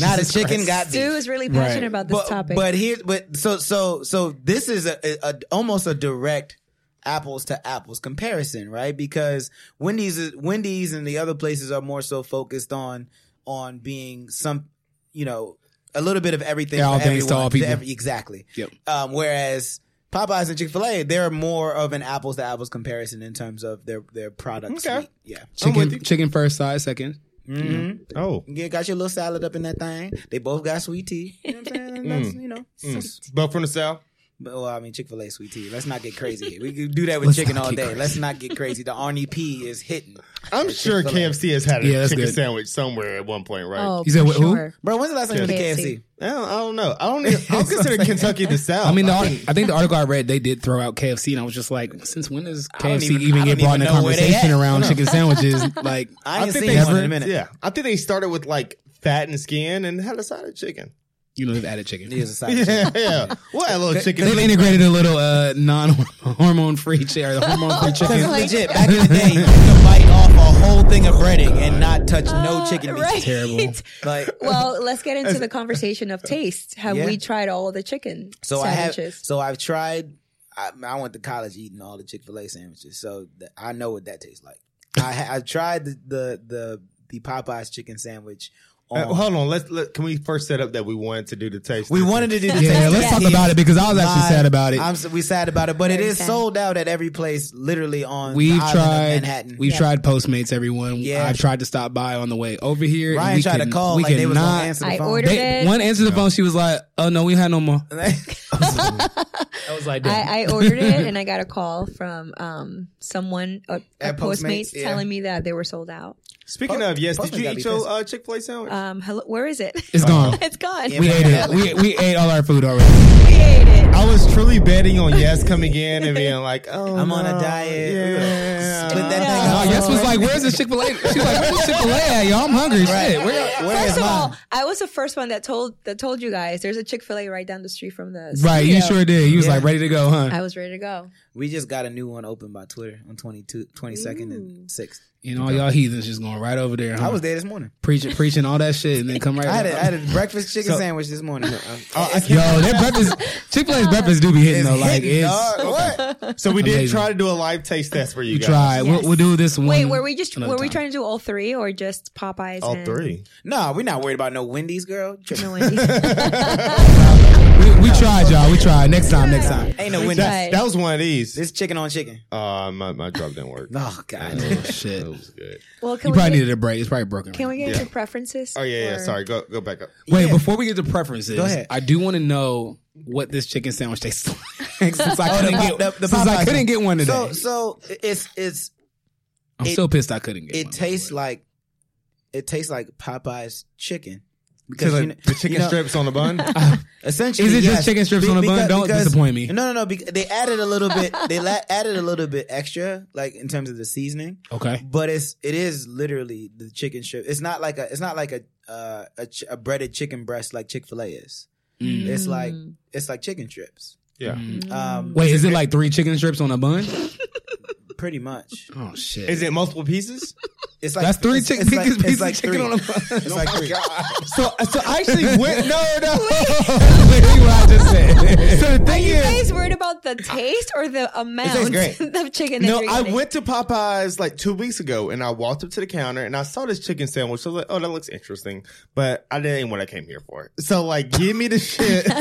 Speaker 2: not a chicken got beef.
Speaker 4: Stu is really passionate
Speaker 3: Right.
Speaker 4: about this
Speaker 2: but,
Speaker 4: topic.
Speaker 2: But here's but so so so this is a, a, a- almost a direct apples to apples comparison, right? Because Wendy's is, Wendy's and the other places are more so focused on on being some you know a little bit of everything.
Speaker 3: Yeah, all
Speaker 2: for
Speaker 3: things to
Speaker 2: everyone,
Speaker 3: all people.
Speaker 2: exactly.
Speaker 3: Yep.
Speaker 2: Um, whereas Popeyes and Chick Fil A, they're more of an apples to apples comparison in terms of their their product
Speaker 1: Okay.
Speaker 2: suite. Yeah.
Speaker 1: I'm with you.
Speaker 3: Chicken, chicken first, side second.
Speaker 2: Mm-hmm.
Speaker 1: Oh,
Speaker 2: You got your little salad up in that thing. They both got sweet tea. You know what I'm saying? And That's, you know.
Speaker 1: Mm. but from the south.
Speaker 2: But, well, I mean, Chick Fil A sweet tea. Let's not get crazy. here. We could do <laughs> that with chicken all day. Let's not get crazy. The Arnie P is hitting,
Speaker 1: I'm sure
Speaker 2: Chick-fil-A.
Speaker 1: KFC has had a
Speaker 3: Yeah, that's
Speaker 1: chicken
Speaker 3: good.
Speaker 1: sandwich somewhere at one point, right?
Speaker 4: Oh,
Speaker 3: You said
Speaker 4: for
Speaker 3: what- who?
Speaker 4: sure.
Speaker 2: bro. When's the last time you went to KFC?
Speaker 1: I, don't, I don't know. I don't. Even, <laughs> I'll consider Kentucky the
Speaker 2: Oh,
Speaker 1: South.
Speaker 3: I mean, the, I think the article I read, they did throw out KFC, and I was just like, since when does
Speaker 2: don't
Speaker 3: KFC
Speaker 2: even-
Speaker 3: even,
Speaker 2: I
Speaker 3: get
Speaker 2: don't
Speaker 3: brought
Speaker 2: even
Speaker 3: in a
Speaker 2: know where they
Speaker 3: conversation
Speaker 2: at.
Speaker 3: around chicken sandwiches?
Speaker 2: <laughs>
Speaker 3: Like,
Speaker 2: I ain't
Speaker 1: think
Speaker 2: seen
Speaker 1: they-
Speaker 2: one in a
Speaker 3: Ever?
Speaker 2: minute.
Speaker 1: yeah, I think they started with like fat and skin and had a side of chicken.
Speaker 3: you know, they've added chicken.
Speaker 2: It is a side chick. <laughs>
Speaker 1: Yeah, yeah. What a little chicken.
Speaker 3: They've integrated a little uh, non-hormone free chicken, or hormone
Speaker 2: <laughs>
Speaker 3: free
Speaker 2: Because
Speaker 3: chicken.
Speaker 4: Like-
Speaker 2: legit, back in the day, you could bite off a whole thing of breading and not touch no
Speaker 4: Uh,
Speaker 2: chicken meat.
Speaker 4: right. <laughs>
Speaker 3: Terrible.
Speaker 2: Like,
Speaker 4: Well, let's get into the conversation of taste. Have
Speaker 2: Yeah.
Speaker 4: we tried all the chicken
Speaker 2: so I have, <laughs>
Speaker 4: sandwiches?
Speaker 2: so I've tried. I, I went to college eating all the Chick Fil A sandwiches, so th- I know what that tastes like. I, ha- I tried the, the the the Popeyes chicken sandwich. On,
Speaker 1: Uh, hold on. Let's let, can we first set up that we wanted to do the taste?
Speaker 2: we
Speaker 1: testing?
Speaker 2: wanted to do the
Speaker 3: Yeah,
Speaker 2: taste
Speaker 3: let's talk
Speaker 2: test.
Speaker 3: about it because I was actually
Speaker 2: My-
Speaker 3: sad about it.
Speaker 2: I'm s- we sad about it, but it
Speaker 4: Very
Speaker 2: is
Speaker 4: sad.
Speaker 2: sold out at every place, literally on the
Speaker 3: We've
Speaker 2: island of
Speaker 3: tried.
Speaker 2: Manhattan.
Speaker 3: We've tried Postmates. Everyone.
Speaker 2: Yeah.
Speaker 3: I've tried to stop by on the way over here. and
Speaker 2: Ryan
Speaker 3: we
Speaker 2: tried to
Speaker 3: could-
Speaker 2: call
Speaker 3: We
Speaker 2: like they was gonna
Speaker 3: cannot-
Speaker 2: answer the
Speaker 4: I
Speaker 2: phone.
Speaker 4: ordered
Speaker 3: They,
Speaker 4: it.
Speaker 3: one answered the phone. She was like, "Oh no, we had no more." I was like,
Speaker 4: I, I ordered it and I got a call from um, someone at,
Speaker 2: At
Speaker 4: at
Speaker 2: Postmates,
Speaker 4: Postmates,
Speaker 2: yeah.
Speaker 4: telling me that they were sold out.
Speaker 1: Speaking
Speaker 2: Po-
Speaker 1: of yes,
Speaker 2: Postman
Speaker 1: did you
Speaker 2: gotta be
Speaker 1: eat your
Speaker 2: pissed.
Speaker 1: uh, Chick Fil A sandwich?
Speaker 4: Um, hello, where is it?
Speaker 3: it's gone.
Speaker 4: <laughs> it's gone.
Speaker 2: Yeah,
Speaker 3: Uh, <laughs> We
Speaker 4: we
Speaker 3: ate it. We we ate all our food already.
Speaker 4: ate it.
Speaker 1: I was truly betting on yes coming in <laughs> and being like, oh,
Speaker 2: I'm on a
Speaker 1: no,
Speaker 2: diet.
Speaker 1: Yeah. uh,
Speaker 2: Split that
Speaker 4: Yeah.
Speaker 2: thing
Speaker 3: No,
Speaker 2: up.
Speaker 4: Oh.
Speaker 3: Yes was like, "Where's the Chick Fil A?" She's like, "Where's the Chick Fil A at? Y'all, I'm hungry. Shit, where-
Speaker 2: Where
Speaker 4: First
Speaker 2: is
Speaker 4: of all,
Speaker 2: mine?
Speaker 4: I was the first one that told that told you guys there's a Chick Fil A right down the street from the
Speaker 3: Right, you
Speaker 4: studio.
Speaker 3: sure did. You was
Speaker 2: Yeah.
Speaker 3: like ready to go, huh?
Speaker 4: I was ready to go.
Speaker 2: <laughs> We just got a new one open by Twitter on 22, 22nd and 6th.
Speaker 3: And all y'all heathens just going right over there.
Speaker 2: I
Speaker 3: Huh?
Speaker 2: was there this morning.
Speaker 3: preaching, preaching all that shit, and then come right.
Speaker 2: I had
Speaker 3: over.
Speaker 2: a, I had a breakfast chicken
Speaker 3: So-
Speaker 2: sandwich this morning.
Speaker 1: Oh, I can't-
Speaker 3: Yo, their breakfast,
Speaker 2: <laughs>
Speaker 3: Chick Fil A's breakfast do be hitting though. Like
Speaker 2: Hitting,
Speaker 3: it's,
Speaker 2: dog.
Speaker 4: <laughs>
Speaker 2: what?
Speaker 1: so we did
Speaker 3: Amazing.
Speaker 1: try to do a live taste test for you.
Speaker 3: we
Speaker 1: guys.
Speaker 3: try. We'll, we'll do this one.
Speaker 4: Wait, were we just
Speaker 3: another
Speaker 4: were we
Speaker 3: time.
Speaker 4: trying to do all three or just Popeyes?
Speaker 1: all
Speaker 2: <laughs>
Speaker 4: and-
Speaker 1: three. <laughs>
Speaker 2: No, we're not worried about no Wendy's, girl.
Speaker 4: No
Speaker 3: <laughs>
Speaker 4: Wendy's.
Speaker 3: We, we tried, y'all. We tried. Next time. Next time.
Speaker 2: Ain't
Speaker 3: <laughs>
Speaker 2: no Wendy's.
Speaker 4: tried.
Speaker 1: That, that was one of these.
Speaker 2: This chicken on chicken.
Speaker 1: Uh, my my drop didn't work.
Speaker 2: Oh, God. <laughs>
Speaker 3: Oh, shit.
Speaker 1: That was good.
Speaker 4: well, can
Speaker 3: You
Speaker 4: we
Speaker 3: probably
Speaker 4: get,
Speaker 3: needed a break. It's probably broken.
Speaker 4: can we get
Speaker 1: Yeah.
Speaker 4: into preferences?
Speaker 1: Oh yeah, yeah.
Speaker 4: or-
Speaker 1: Sorry, go go back up.
Speaker 3: Wait,
Speaker 2: Yeah.
Speaker 3: before we get to preferences,
Speaker 2: Go ahead.
Speaker 3: I do want to know what this chicken sandwich tastes
Speaker 2: <laughs>
Speaker 3: <laughs> like. since I couldn't
Speaker 2: pop-
Speaker 3: get,
Speaker 2: Oh, the- the
Speaker 3: since
Speaker 2: Popeye
Speaker 3: I couldn't get one today.
Speaker 2: So, so it's, it's,
Speaker 3: I'm
Speaker 2: it-
Speaker 3: still pissed I couldn't get one.
Speaker 2: it
Speaker 3: by the
Speaker 2: tastes
Speaker 3: way.
Speaker 2: like, it tastes like Popeye's chicken.
Speaker 1: Because
Speaker 2: you kn-
Speaker 1: the chicken
Speaker 2: you know-
Speaker 1: strips on the bun.
Speaker 2: <laughs> Essentially,
Speaker 3: Is it just
Speaker 2: yes.
Speaker 3: chicken strips on a bun? Don't disappoint me.
Speaker 2: No, no, no. Because they added a little
Speaker 3: <laughs>
Speaker 2: bit. They la- added a little bit extra, like in terms of the seasoning.
Speaker 3: Okay.
Speaker 2: But it's it is literally the chicken strip. It's not like a it's not like a uh, a, ch- a breaded chicken breast like Chick Fil A is.
Speaker 3: Mm.
Speaker 2: It's like it's like chicken strips,
Speaker 1: yeah.
Speaker 3: Mm.
Speaker 2: um,
Speaker 3: Wait, is it like three chicken strips on a bun?
Speaker 2: pretty much.
Speaker 3: Oh shit.
Speaker 1: Is it multiple pieces?
Speaker 2: It's like
Speaker 3: That's three
Speaker 2: it's-
Speaker 3: chicken <laughs>
Speaker 2: it's like-
Speaker 3: pieces
Speaker 2: it's
Speaker 3: pieces of
Speaker 2: like
Speaker 3: chicken
Speaker 2: three.
Speaker 3: on
Speaker 2: <laughs>
Speaker 3: a bun.
Speaker 2: It's like three.
Speaker 1: So so I
Speaker 2: <laughs>
Speaker 1: actually went. No no.
Speaker 3: That's <laughs> literally what I just said.
Speaker 1: So the
Speaker 4: Are
Speaker 1: thing
Speaker 4: you
Speaker 1: is,
Speaker 4: guys worried about the taste or the amount
Speaker 2: great.
Speaker 4: <laughs> of chicken? That
Speaker 1: No,
Speaker 4: you're
Speaker 1: I
Speaker 4: getting?
Speaker 1: went to Popeyes like two weeks ago, and I walked up to the counter and I saw this chicken sandwich. I was like, "Oh, that looks interesting," but I didn't what I came here for. So, like, give me the shit.
Speaker 4: <laughs>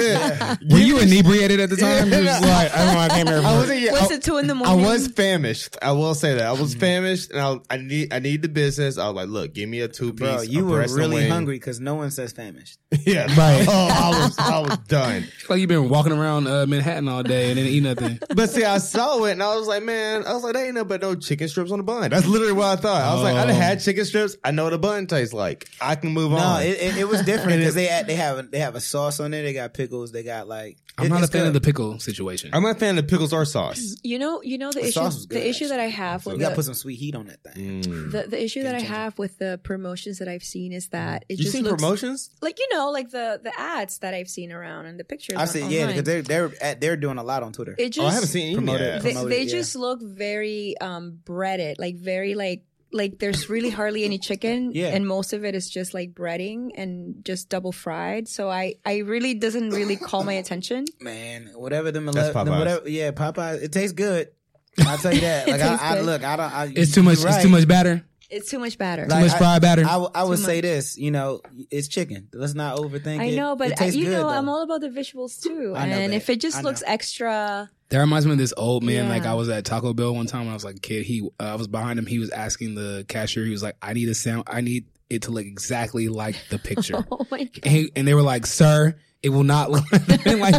Speaker 3: Were you inebriated at the time?
Speaker 1: Yeah.
Speaker 3: You're just like, I don't know, I came here.
Speaker 1: I
Speaker 3: for
Speaker 1: was,
Speaker 3: it.
Speaker 1: yeah,
Speaker 4: Was
Speaker 1: I,
Speaker 4: it Mm-hmm. two in the
Speaker 1: I
Speaker 4: morning?
Speaker 1: was famished. I will say that I was famished, and I, I need I need the business. I was like, "Look, give me a two piece."
Speaker 2: Bro, you were really hungry because no one says famished.
Speaker 1: <laughs> yeah.
Speaker 3: Right.
Speaker 1: Oh, I was I was done.
Speaker 3: It's like <laughs> you've been walking around uh, Manhattan all day and didn't eat nothing.
Speaker 1: But see, I saw it and I was like, man, I was like, that ain't nothing but no chicken strips on the bun. That's literally what I thought. I was like, I done
Speaker 3: Oh.
Speaker 1: had chicken strips. I know what a bun tastes like. I can move
Speaker 2: No,
Speaker 1: on.
Speaker 2: it, it, it was
Speaker 3: <laughs>
Speaker 2: different because they had, they have a, they have a sauce on there. They got pickles. They got like
Speaker 3: I'm
Speaker 2: it-
Speaker 3: not a
Speaker 2: it's
Speaker 3: fan of the
Speaker 2: good.
Speaker 3: pickle situation.
Speaker 1: I'm not a fan of pickles or sauce.
Speaker 4: You know, you know the,
Speaker 2: The
Speaker 4: issue.
Speaker 2: sauce was good,
Speaker 4: the issue that I have
Speaker 2: You
Speaker 4: with
Speaker 2: gotta put
Speaker 4: the,
Speaker 2: some sweet heat on that thing.
Speaker 4: the, the issue that I
Speaker 2: changer.
Speaker 4: have with the promotions that I've seen is that it
Speaker 1: You
Speaker 4: just
Speaker 1: seen
Speaker 4: looks
Speaker 1: promotions?
Speaker 4: like you know, like the the ads that I've seen around and the pictures.
Speaker 2: I
Speaker 4: on-
Speaker 2: said, yeah,
Speaker 4: online.
Speaker 2: because they're they're at, they're doing a lot on Twitter.
Speaker 4: It just
Speaker 1: Oh, I haven't seen any
Speaker 2: Promote
Speaker 1: yet.
Speaker 2: it.
Speaker 4: they,
Speaker 2: promoted,
Speaker 4: they
Speaker 2: yeah.
Speaker 4: just look very um breaded like very like like there's really hardly any
Speaker 1: <laughs>
Speaker 4: chicken
Speaker 2: Yeah.
Speaker 4: and most of it is just like breading and just double fried so i i really doesn't really call my attention
Speaker 2: Man, whatever them,
Speaker 1: That's
Speaker 2: ele- them
Speaker 1: Popeyes.
Speaker 2: whatever, yeah, Popeyes. It tastes good. I'll tell you that.
Speaker 4: <laughs> It
Speaker 2: Like I,
Speaker 4: tastes
Speaker 2: I
Speaker 4: good.
Speaker 2: look, I don't. I,
Speaker 3: it's too much.
Speaker 2: you're
Speaker 3: It's
Speaker 2: right.
Speaker 3: too much batter.
Speaker 4: It's too much batter.
Speaker 2: Like,
Speaker 3: much fried batter.
Speaker 2: I, w- I would
Speaker 4: Too
Speaker 2: say this, you know, it's chicken. Let's not overthink
Speaker 4: I
Speaker 2: it.
Speaker 4: know,
Speaker 2: It
Speaker 4: but uh,
Speaker 2: tastes
Speaker 4: you
Speaker 2: good,
Speaker 4: know,
Speaker 2: though.
Speaker 4: I'm all about the visuals too.
Speaker 2: I know
Speaker 4: And
Speaker 2: that.
Speaker 4: if it
Speaker 2: I
Speaker 4: just
Speaker 2: know.
Speaker 4: looks extra, <laughs>
Speaker 3: That reminds me of this old man.
Speaker 4: Yeah.
Speaker 3: Like I was at Taco Bell one time when I was like a kid. He, uh, I was behind him. He was asking the cashier. He was like, "I need a sound. I need it to look exactly like
Speaker 2: <laughs>
Speaker 3: the picture."
Speaker 4: oh my god,
Speaker 3: and, he- and they were like, "Sir, it will not look <laughs> like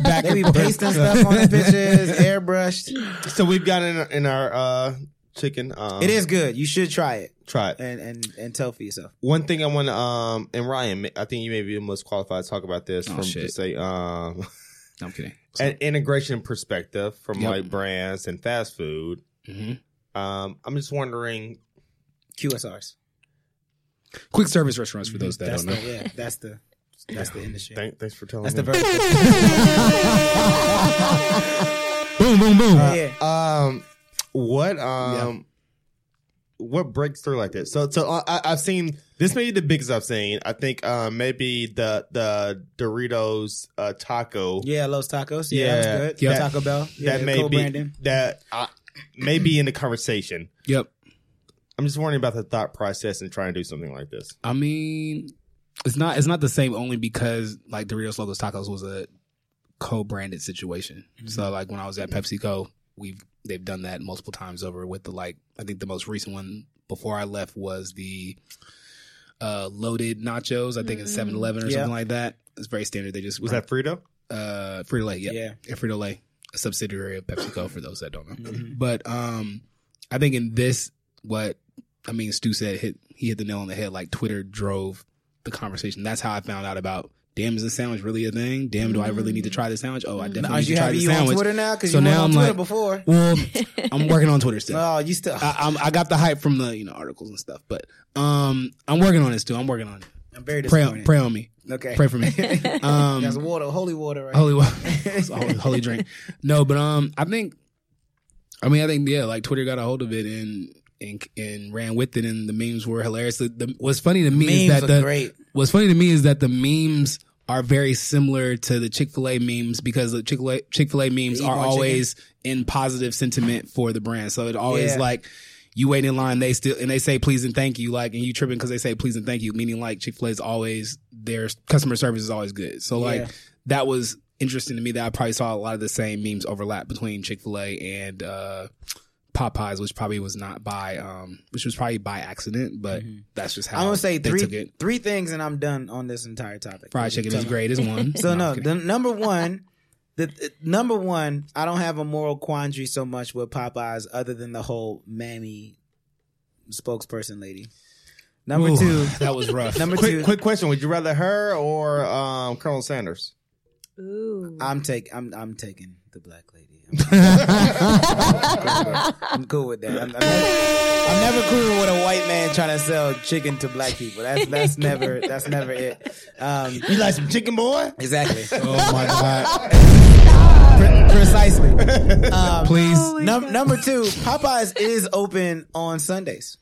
Speaker 3: back
Speaker 2: They be
Speaker 3: and forth."
Speaker 2: pasting stuff
Speaker 3: <laughs>
Speaker 2: on the pictures, airbrushed.
Speaker 1: So we've got in in our uh, chicken. Um,
Speaker 2: It
Speaker 3: Uh-huh.
Speaker 2: is good. You should try it
Speaker 1: try it.
Speaker 2: and and and tell for yourself.
Speaker 1: One thing I want to um and Ryan, I think you may be the most qualified to talk about this
Speaker 3: Oh,
Speaker 1: from
Speaker 3: shit.
Speaker 1: just a um
Speaker 3: No, I'm kidding.
Speaker 1: an integration perspective from
Speaker 3: Yep.
Speaker 1: like brands and fast food.
Speaker 3: hmm
Speaker 1: Um, I'm just wondering.
Speaker 2: QSRs.
Speaker 3: Quick service restaurants for those that
Speaker 2: that's
Speaker 3: don't know.
Speaker 2: the, yeah, that's the that's the industry.
Speaker 1: Thank, thanks for telling
Speaker 2: that's
Speaker 1: me.
Speaker 2: the very
Speaker 3: <laughs> boom, boom, boom.
Speaker 2: yeah.
Speaker 1: um what um what breaks through like that so so I, i've seen this may be the biggest i've seen i think um maybe the the doritos uh taco
Speaker 2: Yeah, Los Tacos. Yeah,
Speaker 1: Yeah.
Speaker 2: that was good.
Speaker 3: Yeah.
Speaker 2: Taco Bell. Yeah,
Speaker 1: that may be
Speaker 2: co-branding.
Speaker 1: that uh, may be in the conversation
Speaker 3: Yep.
Speaker 1: i'm just wondering about the thought process and trying to do something like this
Speaker 3: I mean, it's not it's not the same only because like Doritos Locos Tacos was a co-branded situation. So like when I was at PepsiCo, we've they've done that multiple times over with the like I think the most recent one before I left was the uh loaded nachos. I think it's
Speaker 4: Mm.
Speaker 3: 7-Eleven or
Speaker 2: Yeah.
Speaker 3: something like that. It's very standard. They just
Speaker 1: was that frito
Speaker 3: uh Frito Lay, yeah.
Speaker 2: Yeah.
Speaker 3: And Frito Lay, a subsidiary of PepsiCo for those that don't know.
Speaker 2: Mhm.
Speaker 3: But um I think in this what I mean Stu said hit he hit the nail on the head, like Twitter drove the conversation. That's how I found out about damn is the sandwich really a thing? Damn do I really need to try this sandwich? Oh I
Speaker 4: Mm.
Speaker 2: Mm-hmm.
Speaker 3: definitely
Speaker 2: Are
Speaker 3: need to
Speaker 2: you
Speaker 3: try
Speaker 2: having
Speaker 3: this
Speaker 2: you on
Speaker 3: sandwich.
Speaker 2: Twitter now? Because
Speaker 3: So
Speaker 2: you
Speaker 3: now
Speaker 2: were on
Speaker 3: I'm
Speaker 2: Twitter
Speaker 3: like- <laughs>
Speaker 2: before.
Speaker 3: Well
Speaker 2: <laughs>
Speaker 3: I'm working on Twitter still.
Speaker 2: Oh, you still.
Speaker 3: I, I'm, I got the hype from the you know articles and stuff, but um, I'm working on this too. I'm working on it.
Speaker 2: I'm very
Speaker 3: Pray,
Speaker 2: disappointed.
Speaker 3: pray on me,
Speaker 2: okay. <laughs>
Speaker 3: pray for me. Um, Oh,
Speaker 2: That's water, holy water, right?
Speaker 3: holy water, <laughs> It's a
Speaker 2: <laughs>
Speaker 3: holy, holy drink. No, but um, I think, I mean, I think yeah, like Twitter got a hold of it and and and ran with it, and the memes were hilarious. The, the, what's funny to me
Speaker 2: Memes
Speaker 3: is that
Speaker 2: are
Speaker 3: the
Speaker 2: great.
Speaker 3: what's funny to me is that the memes are very similar to the Chick Fil A memes because the Chick Fil A Chick Fil A memes
Speaker 2: The
Speaker 3: are
Speaker 2: eat more
Speaker 3: always in positive sentiment for the brand. So it always
Speaker 2: Yeah.
Speaker 3: like. You wait in line, they still and they say please and thank you, like, and you tripping because they say please and thank you, meaning like Chick Fil A is always their customer service is always good. So like
Speaker 2: Yeah.
Speaker 3: that was interesting to me that I probably saw a lot of the same memes overlap between Chick Fil A and uh, Popeyes, which probably was not by um, which was probably by accident, but that's just how
Speaker 2: I'm gonna Mm-hmm. say
Speaker 3: Oh, they took
Speaker 2: three
Speaker 3: it.
Speaker 2: three things, and I'm done on this entire topic.
Speaker 3: Fried chicken is great is one. <laughs>
Speaker 2: So
Speaker 3: I'm
Speaker 2: no,
Speaker 3: kidding.
Speaker 2: the number one, the, the number one, I don't have a moral quandary so much with Popeyes, other than the whole mammy spokesperson lady. Number
Speaker 3: Ooh,
Speaker 2: two,
Speaker 3: that was rough.
Speaker 2: number
Speaker 1: quick
Speaker 2: two,
Speaker 1: quick question would you rather her or um colonel sanders
Speaker 4: ooh,
Speaker 2: I'm take, I'm I'm taking the black lady. I'm, I'm cool with that. I'm, I'm, never, I'm never cool with a white man trying to sell chicken to black people. That's that's never that's never it. Um,
Speaker 1: you like some chicken boy
Speaker 2: exactly,
Speaker 3: oh my god!
Speaker 2: <laughs> Pre- precisely.
Speaker 3: Oh
Speaker 2: Um,
Speaker 3: Please,
Speaker 2: Num- number two, Popeyes is open on Sundays.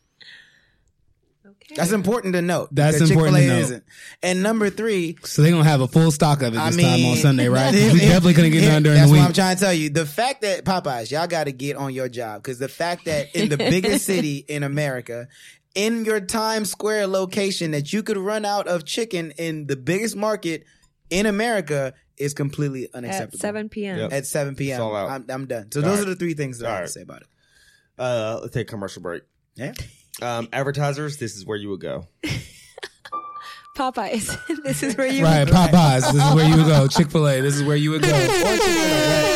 Speaker 4: okay.
Speaker 2: That's important to note.
Speaker 3: That's
Speaker 2: because
Speaker 3: important to
Speaker 2: Chick-fil-A
Speaker 3: note.
Speaker 2: And number three,
Speaker 3: so they're gonna have a full stock of it this
Speaker 2: I mean,
Speaker 3: time on Sunday,
Speaker 2: <laughs>
Speaker 3: right?
Speaker 2: if-
Speaker 3: we
Speaker 2: if-
Speaker 3: definitely couldn't get
Speaker 2: if-
Speaker 3: done during
Speaker 2: That's
Speaker 3: the week.
Speaker 2: what I'm trying to tell you. The fact that Popeyes, y'all got to get on your job because the fact that in the
Speaker 3: <laughs>
Speaker 2: biggest city in America, in your Times Square location, that you could run out of chicken in the biggest market in America is completely
Speaker 4: At
Speaker 2: unacceptable.
Speaker 4: 7 p.m.
Speaker 1: Yep.
Speaker 2: At 7 p.m.
Speaker 1: all out.
Speaker 2: I'm, I'm done. So
Speaker 1: All
Speaker 2: those
Speaker 1: right.
Speaker 2: are the three things that I
Speaker 1: All
Speaker 2: have
Speaker 1: right.
Speaker 2: to say about it.
Speaker 1: uh let's take a commercial break
Speaker 2: Yeah.
Speaker 1: um advertisers this is where you would go
Speaker 4: Popeyes. <laughs> this is where you.
Speaker 3: Right, Popeyes. This is where you would go. Chick Fil A. This is where you would go.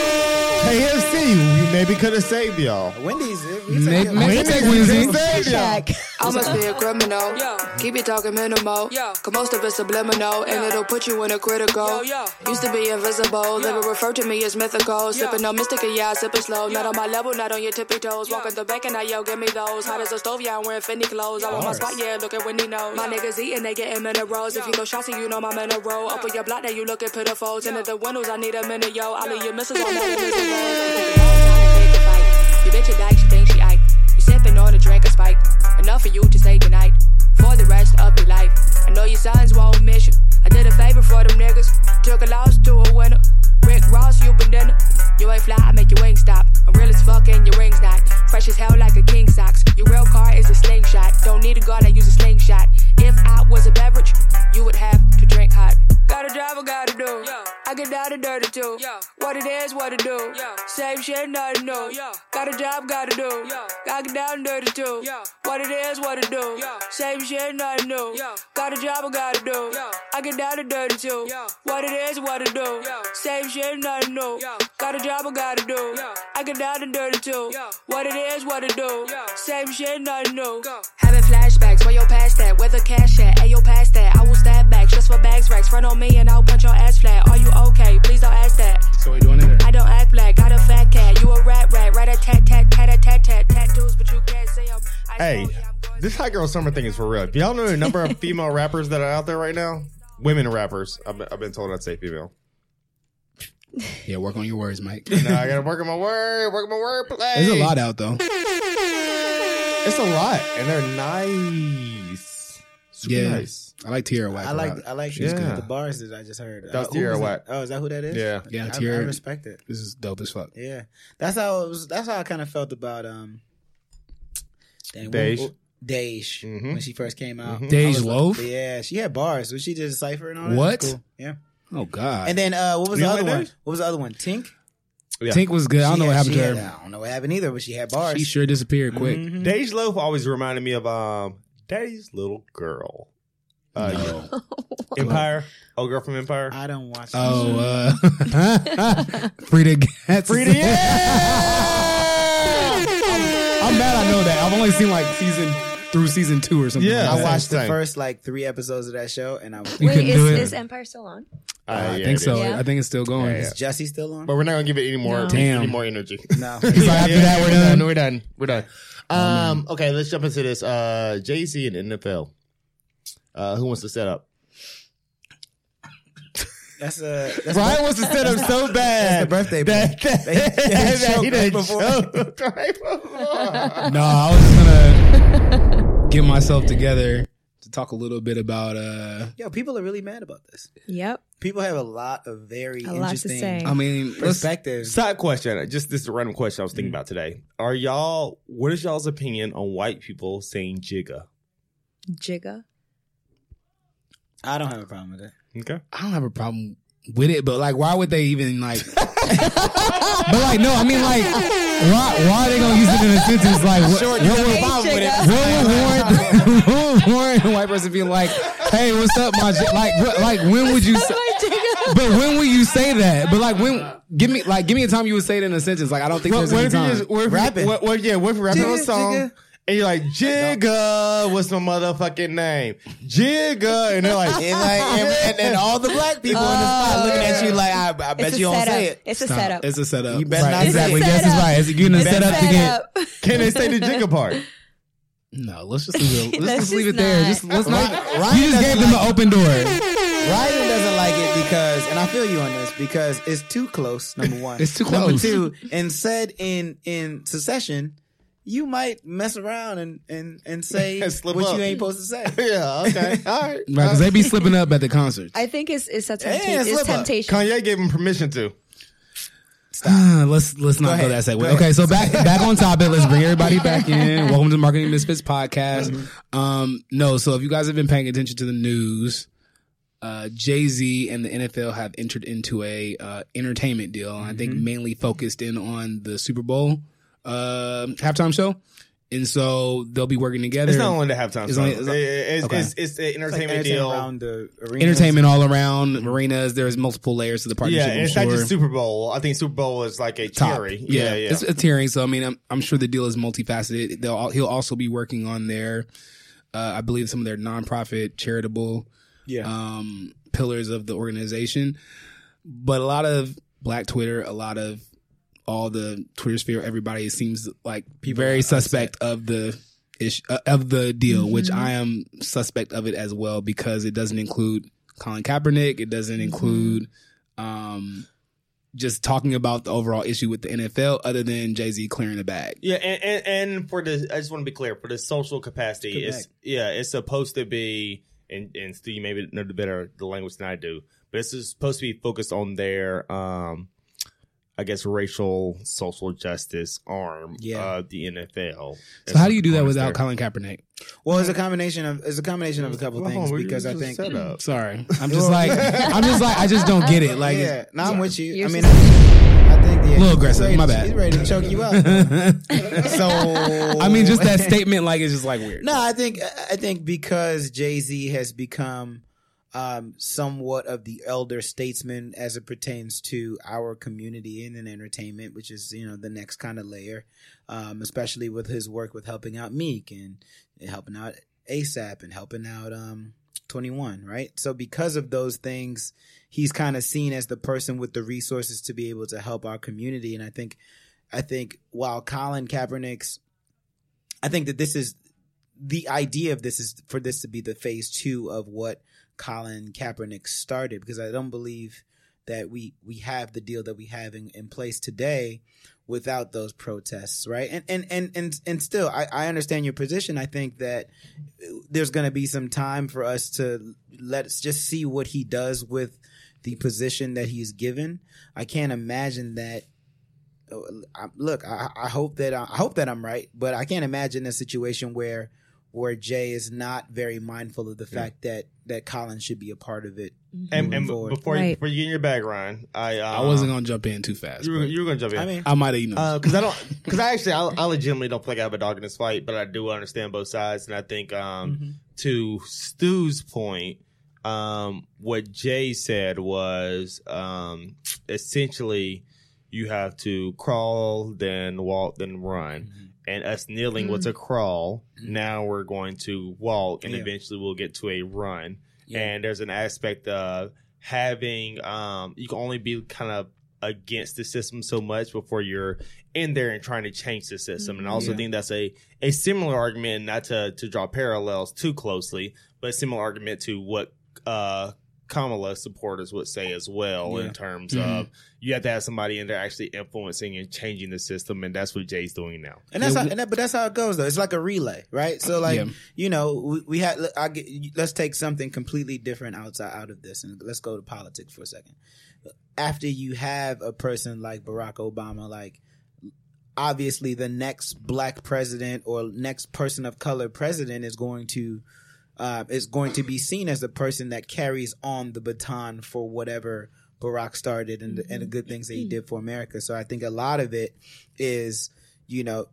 Speaker 1: KFC, you maybe could have saved y'all.
Speaker 2: Wendy's. it- it's a
Speaker 3: Make,
Speaker 2: good-
Speaker 3: make
Speaker 2: Wendy's
Speaker 3: it take
Speaker 2: is
Speaker 3: Wednesday.
Speaker 2: <laughs>
Speaker 4: Check.
Speaker 6: I
Speaker 4: <laughs>
Speaker 6: must be a criminal.
Speaker 7: Yo.
Speaker 6: Keep it talking minimal.
Speaker 7: Yo.
Speaker 6: Cause most of it's subliminal and it'll put you in a
Speaker 7: Yo,
Speaker 6: critical.
Speaker 7: yo.
Speaker 6: Used to be invisible. They would refer to me as mythical. Sipping
Speaker 7: Yo.
Speaker 6: on mystic and yeah, I sip it slow. Not
Speaker 7: Yo.
Speaker 6: on my level, not on your tippy toes.
Speaker 7: Yo.
Speaker 6: Walking the back and I yo, give me those. Hot as a stove, yeah, I'm wearing finny clothes. I want my spot, yeah, look at Wendy knows. My niggas eating, they getting minerals. If you go shots, you know my mineral. Up on your block, now you looking pitiful. Ten of the windows, I need a minute, yo. I leave your missus
Speaker 7: <laughs>
Speaker 6: on that.
Speaker 7: You bitch a dyke, she think she Ike. You sipping on a drink of spike. Enough for you to say goodnight for the rest of your life. I know your sons won't miss you. I did a favor for them niggas. Took a loss to a winner. Rick Ross, you banana. You ain't fly, I make your wings stop. I'm real as fuck and your rings not. Fresh as hell like a king socks. Your real car is a slingshot. Don't need a gun. shot. If I was a beverage, you would have to drink hot. Gotta drive, I gotta do. I get down and dirty too. What it is, what it do. Same shit, nothing new. Got a job, gotta do. Gotta get down and dirty too. What it is, what it do. Same shit, nothing new. Got a job, I gotta do. I get down and dirty too. What it is, what it do. Same shit, nothing new. Got a job, I gotta do. I get down and dirty too. What it is, what it do. Same shit, nothing new. Having flashbacks, where your past that? Where the cash at? Ayo, past that. I will stab back, just for bags racks. Front on me and I'll punch your ass flat. Are you okay? Please don't ask that.
Speaker 3: So we doing it. There?
Speaker 7: I don't act black, got a fat cat. You a rat rat, rat a tat tat tat a tat tat tattoos, but you can't see 'em. I
Speaker 1: Hey,
Speaker 7: know, yeah, I'm going
Speaker 1: this hot girl summer thing is for real. If y'all know the number of female rappers that are out there right now, women rappers. I've, I've been told I'd say female.
Speaker 3: Yeah, work on your words, Mike.
Speaker 1: Now I gotta work on my word, work on my word play.
Speaker 3: There's a lot out though.
Speaker 1: It's a lot, and they're nice. Super
Speaker 3: Yeah.
Speaker 1: nice.
Speaker 3: I like Tierra Whack.
Speaker 2: I
Speaker 3: a
Speaker 2: like
Speaker 3: lot.
Speaker 2: I like
Speaker 1: She's
Speaker 2: the,
Speaker 1: good.
Speaker 2: the bars that I just heard.
Speaker 1: That was
Speaker 2: Uh, who
Speaker 1: Tierra
Speaker 2: that?
Speaker 1: Whack.
Speaker 2: Oh, is that who that is?
Speaker 1: Yeah.
Speaker 3: Yeah,
Speaker 2: I, I
Speaker 3: Tierra.
Speaker 2: respect it.
Speaker 3: this is dope as fuck.
Speaker 2: Yeah, that's how it was. That's how I kind of felt about um, dang,
Speaker 1: Dej.
Speaker 2: what- Dej
Speaker 1: Mhm.
Speaker 2: when she first came out.
Speaker 1: Mhm.
Speaker 3: Dej
Speaker 2: I was like-
Speaker 3: Loaf?
Speaker 2: yeah, she had bars. So she did a cipher and all that. It was
Speaker 3: What?
Speaker 2: cool. Yeah.
Speaker 3: Oh god.
Speaker 2: And then uh, what was
Speaker 1: You
Speaker 2: the
Speaker 1: don't
Speaker 2: other
Speaker 1: like
Speaker 2: one?
Speaker 1: Dej?
Speaker 2: What was the other one? Tink.
Speaker 1: Yeah.
Speaker 3: Tink was good. I don't know what happened to her.
Speaker 2: I don't know what happened either, but she had bars.
Speaker 3: She sure disappeared quick.
Speaker 2: Mhm.
Speaker 1: Dej Loaf always reminded me of um Daddy's little girl. Uh,
Speaker 3: No.
Speaker 1: Empire. Oh, girl from Empire.
Speaker 2: I don't watch.
Speaker 3: Oh, uh, <laughs> Frida Gatz.
Speaker 1: Frida,
Speaker 3: I'm mad I know that. I've only seen like season through season two or something.
Speaker 1: Yeah.
Speaker 3: like
Speaker 2: I
Speaker 3: that.
Speaker 2: watched the
Speaker 1: Same.
Speaker 2: first like three episodes of that show, and I was.
Speaker 3: You
Speaker 4: Wait,
Speaker 3: couldn't
Speaker 4: is,
Speaker 3: do it?
Speaker 4: is Empire still on?
Speaker 1: Uh,
Speaker 3: I
Speaker 1: yeah,
Speaker 3: think
Speaker 1: it
Speaker 3: so.
Speaker 1: is.
Speaker 4: Yeah.
Speaker 3: I think it's still going.
Speaker 1: Yeah, yeah.
Speaker 2: Is Jesse still on?
Speaker 1: But we're not gonna give it any more.
Speaker 4: No.
Speaker 3: Damn.
Speaker 1: Any more energy.
Speaker 3: <laughs>
Speaker 2: No.
Speaker 3: So after that, we're done.
Speaker 1: <laughs> We're done. We're done. Um, okay, let's jump into this. Uh, Jay Z and NFL. Uh, who wants to set up?
Speaker 2: That's a. That's
Speaker 1: Brian wants to set up so
Speaker 2: That's the
Speaker 1: bad.
Speaker 2: birthday boy.
Speaker 1: That, that,
Speaker 2: They- they
Speaker 1: that he
Speaker 2: choked
Speaker 1: done
Speaker 2: right before.
Speaker 1: choked <laughs> right before.
Speaker 3: No, I was just gonna
Speaker 1: <laughs>
Speaker 3: get myself together to talk a little bit about. uh
Speaker 2: Yo, people are really mad about this.
Speaker 4: Yep.
Speaker 2: People have a lot of very
Speaker 4: A lot to
Speaker 2: interesting
Speaker 4: say.
Speaker 3: I mean, let's,
Speaker 2: perspectives.
Speaker 1: Side question. Just this is a random question I was thinking about today. Are y'all? What is y'all's opinion on white people saying "jigga"?
Speaker 4: Jigga.
Speaker 2: I don't have a problem with it.
Speaker 1: Okay.
Speaker 3: I don't have a problem with it, but like, why would they even like? <laughs> but like, no, I mean, like, why, why are they gonna use it in a sentence? Like, what, what, would-
Speaker 2: <laughs>
Speaker 3: what <laughs> would warrant, what would warrant a white person being like, "Hey, what's up, my j-? like, what, like when would you?" Say, but when would you say that? But like, when give me like give me a time you would say it in a sentence. Like, I don't think
Speaker 1: What,
Speaker 3: there's
Speaker 1: what
Speaker 3: any
Speaker 1: if you
Speaker 3: time.
Speaker 1: just what if
Speaker 2: Rapping.
Speaker 1: You, what, what, yeah, what if you rapping on a
Speaker 2: Jigga,
Speaker 1: song
Speaker 2: jigga.
Speaker 1: and you're like "jigga"? What's my motherfucking name? Jigga, <laughs> and they're like,
Speaker 2: And, like, and, and, and all the black people in the spot looking at you like, I, I bet
Speaker 4: It's
Speaker 2: you
Speaker 4: a
Speaker 2: don't
Speaker 4: setup.
Speaker 2: say it.
Speaker 4: It's a
Speaker 3: Stop.
Speaker 4: setup.
Speaker 3: It's a setup.
Speaker 2: You better
Speaker 3: Right,
Speaker 2: not say
Speaker 3: exactly.
Speaker 2: it.
Speaker 3: Yes, it's
Speaker 4: Setup.
Speaker 3: right. It's getting a setup to get.
Speaker 4: Setup. <laughs>
Speaker 1: "Can they say the jigga part?"
Speaker 3: No, let's just leave
Speaker 4: <laughs>
Speaker 3: it. Let's,
Speaker 4: Let's
Speaker 3: just leave it
Speaker 4: just
Speaker 3: there.
Speaker 4: not.
Speaker 3: Just let's not.
Speaker 2: Ryan- Ryan
Speaker 3: you just gave
Speaker 2: doesn't
Speaker 3: them
Speaker 2: like
Speaker 3: an open door.
Speaker 2: <laughs> Ryan doesn't like it because, and I feel you on this because it's too close. Number one,
Speaker 3: It's too
Speaker 2: Number
Speaker 3: close.
Speaker 2: two, and said in in succession, you might mess around and and and <laughs> say
Speaker 1: And slip
Speaker 2: what
Speaker 1: up.
Speaker 2: you ain't supposed to <laughs> say.
Speaker 1: <laughs> yeah. Okay. <laughs> All right.
Speaker 3: Right, because they be slipping up at the concerts.
Speaker 4: I think it's it's a tempta-
Speaker 2: Yeah,
Speaker 4: it's
Speaker 2: slip up.
Speaker 4: temptation.
Speaker 1: Kanye gave him permission to.
Speaker 3: <sighs> let's let's not go,
Speaker 2: ahead.
Speaker 3: that segue.
Speaker 2: Go ahead.
Speaker 3: okay,
Speaker 1: <laughs>
Speaker 3: so back back on topic. Let's bring everybody back in. Welcome to Marketing Misfits podcast. Um, no, so if you guys have been paying attention to the news, uh, Jay Z and the NFL have entered into a uh, entertainment deal. I think
Speaker 1: Mm-hmm.
Speaker 3: mainly focused in on the Super Bowl uh, halftime show, and so they'll be working together.
Speaker 1: It's not only the halftime.
Speaker 3: It's
Speaker 1: song.
Speaker 3: only- it's
Speaker 1: It's,
Speaker 3: not-
Speaker 1: it's,
Speaker 3: okay.
Speaker 1: it's, it's an
Speaker 2: Like
Speaker 1: entertainment
Speaker 2: entertainment
Speaker 1: deal.
Speaker 2: around the arena.
Speaker 3: entertainment all around arenas. There's multiple layers to the partnership.
Speaker 1: Yeah,
Speaker 3: I'm
Speaker 1: and it's not
Speaker 3: sure.
Speaker 1: just Super Bowl. I think Super Bowl is like a
Speaker 3: top.
Speaker 1: cherry.
Speaker 3: Yeah, it's a tiering. So I mean, I'm I'm sure the deal is multifaceted. They'll al- he'll also be working on their, uh, I believe, some of their nonprofit charitable
Speaker 2: Yeah,
Speaker 3: um, pillars of the organization. But a lot of Black Twitter, a lot of all the Twitter sphere, everybody seems like very suspect of the ish, uh, of the deal, which I am suspect of it as well because it doesn't include Colin Kaepernick, it doesn't include um, just talking about the overall issue with the NFL, other than Jay Z clearing the bag.
Speaker 1: Yeah, and, and, and for the, I just want to be clear for the social capacity,
Speaker 2: Good
Speaker 1: it's
Speaker 2: back.
Speaker 1: yeah, it's supposed to be, and and Stu, you maybe know the better the language than I do, but it's supposed to be focused on their um, I guess racial social justice arm
Speaker 2: Yeah.
Speaker 1: of the NFL.
Speaker 3: So how do you do that
Speaker 1: Honest
Speaker 3: without
Speaker 1: there.
Speaker 3: Colin Kaepernick?
Speaker 2: Well, it's a combination of it's a combination of a couple
Speaker 1: Hold on,
Speaker 2: things
Speaker 1: we
Speaker 2: because I
Speaker 1: just
Speaker 2: think
Speaker 1: set up.
Speaker 3: Sorry, I'm
Speaker 1: <laughs>
Speaker 3: just like I'm just like I just don't get it. Like,
Speaker 2: yeah, no, I'm with you. I
Speaker 4: Yours
Speaker 2: mean,
Speaker 4: is-
Speaker 2: I think yeah,
Speaker 3: Little aggressive,
Speaker 2: he's ready-
Speaker 3: my bad.
Speaker 2: He's ready to choke you
Speaker 3: <laughs>
Speaker 2: out. so
Speaker 3: I mean,
Speaker 1: <laughs>
Speaker 3: just that
Speaker 2: <laughs>
Speaker 3: statement, like it's just like weird.
Speaker 2: No, I think I think because Jay Z has become um, somewhat of the elder statesman as it pertains to our community and in entertainment, which is you know the next kind of layer, um, especially with his work with helping out Meek and, and helping out ASAP and helping out um, Twenty One, right? So because of those things, he's kind of seen as the person with the resources to be able to help our community, and I think. I think while Colin Kaepernick's, I think that this is the idea of this is for this to be the phase two of what Colin Kaepernick started because I don't believe that we we have the deal that we have in, in place today without those protests, right? And and and and and still, I, I understand your position. I think that there's going to be some time for us to let's just see what he does with the position that he's given. I can't imagine that I, look, I, I hope that I, I hope that I'm right, but I can't imagine a situation where where Jay is not very mindful of the fact that that Colin should be a part of
Speaker 1: And,
Speaker 2: it. Mm-hmm.
Speaker 4: Mm-hmm.
Speaker 2: moving
Speaker 1: and
Speaker 2: forward.
Speaker 1: before you,
Speaker 4: Right.
Speaker 1: before you get in your bag, Ryan, I uh,
Speaker 3: I wasn't gonna jump in too fast.
Speaker 1: You were,
Speaker 3: but
Speaker 1: you were gonna jump in.
Speaker 2: I mean,
Speaker 3: I might have, you know,
Speaker 2: Uh,
Speaker 1: because
Speaker 2: <laughs>
Speaker 1: I don't, because I actually, I, I legitimately don't feel like I have a dog in this fight, but I do understand both sides, and I think um,
Speaker 2: Mm-hmm.
Speaker 1: to Stu's point, um, what Jay said was um, essentially you have to crawl, then walk, then run. And us kneeling was a crawl. Now we're going to walk, and
Speaker 2: Mm-hmm. Yeah.
Speaker 1: eventually we'll get to a run.
Speaker 2: Yeah.
Speaker 1: And there's an aspect of having um, you can only be kind of against the system so much before you're in there and trying to change the system. And I also
Speaker 2: Yeah.
Speaker 1: think that's a a similar argument, not to to draw parallels too closely, but a similar argument to what uh, Kamala supporters would say as well
Speaker 2: Yeah. Mm-hmm.
Speaker 1: in terms
Speaker 3: Mhm.
Speaker 1: of you have to have somebody in there actually influencing and changing the system, and that's what Jay's doing now.
Speaker 2: and that's
Speaker 3: Yeah,
Speaker 2: how,
Speaker 3: we-
Speaker 2: and that, but that's how it goes though. It's like a relay, right? So like
Speaker 3: Yeah.
Speaker 2: you know, we, we had look, I get, let's take something completely different outside out of this, and let's go to politics for a second. After you have a person like Barack Obama, like obviously the next black president or next person of color president is going to uh, is going to be seen as the person that carries on the baton for whatever Barack started and, and the good things that he did for America. So I think a lot of it is, you know,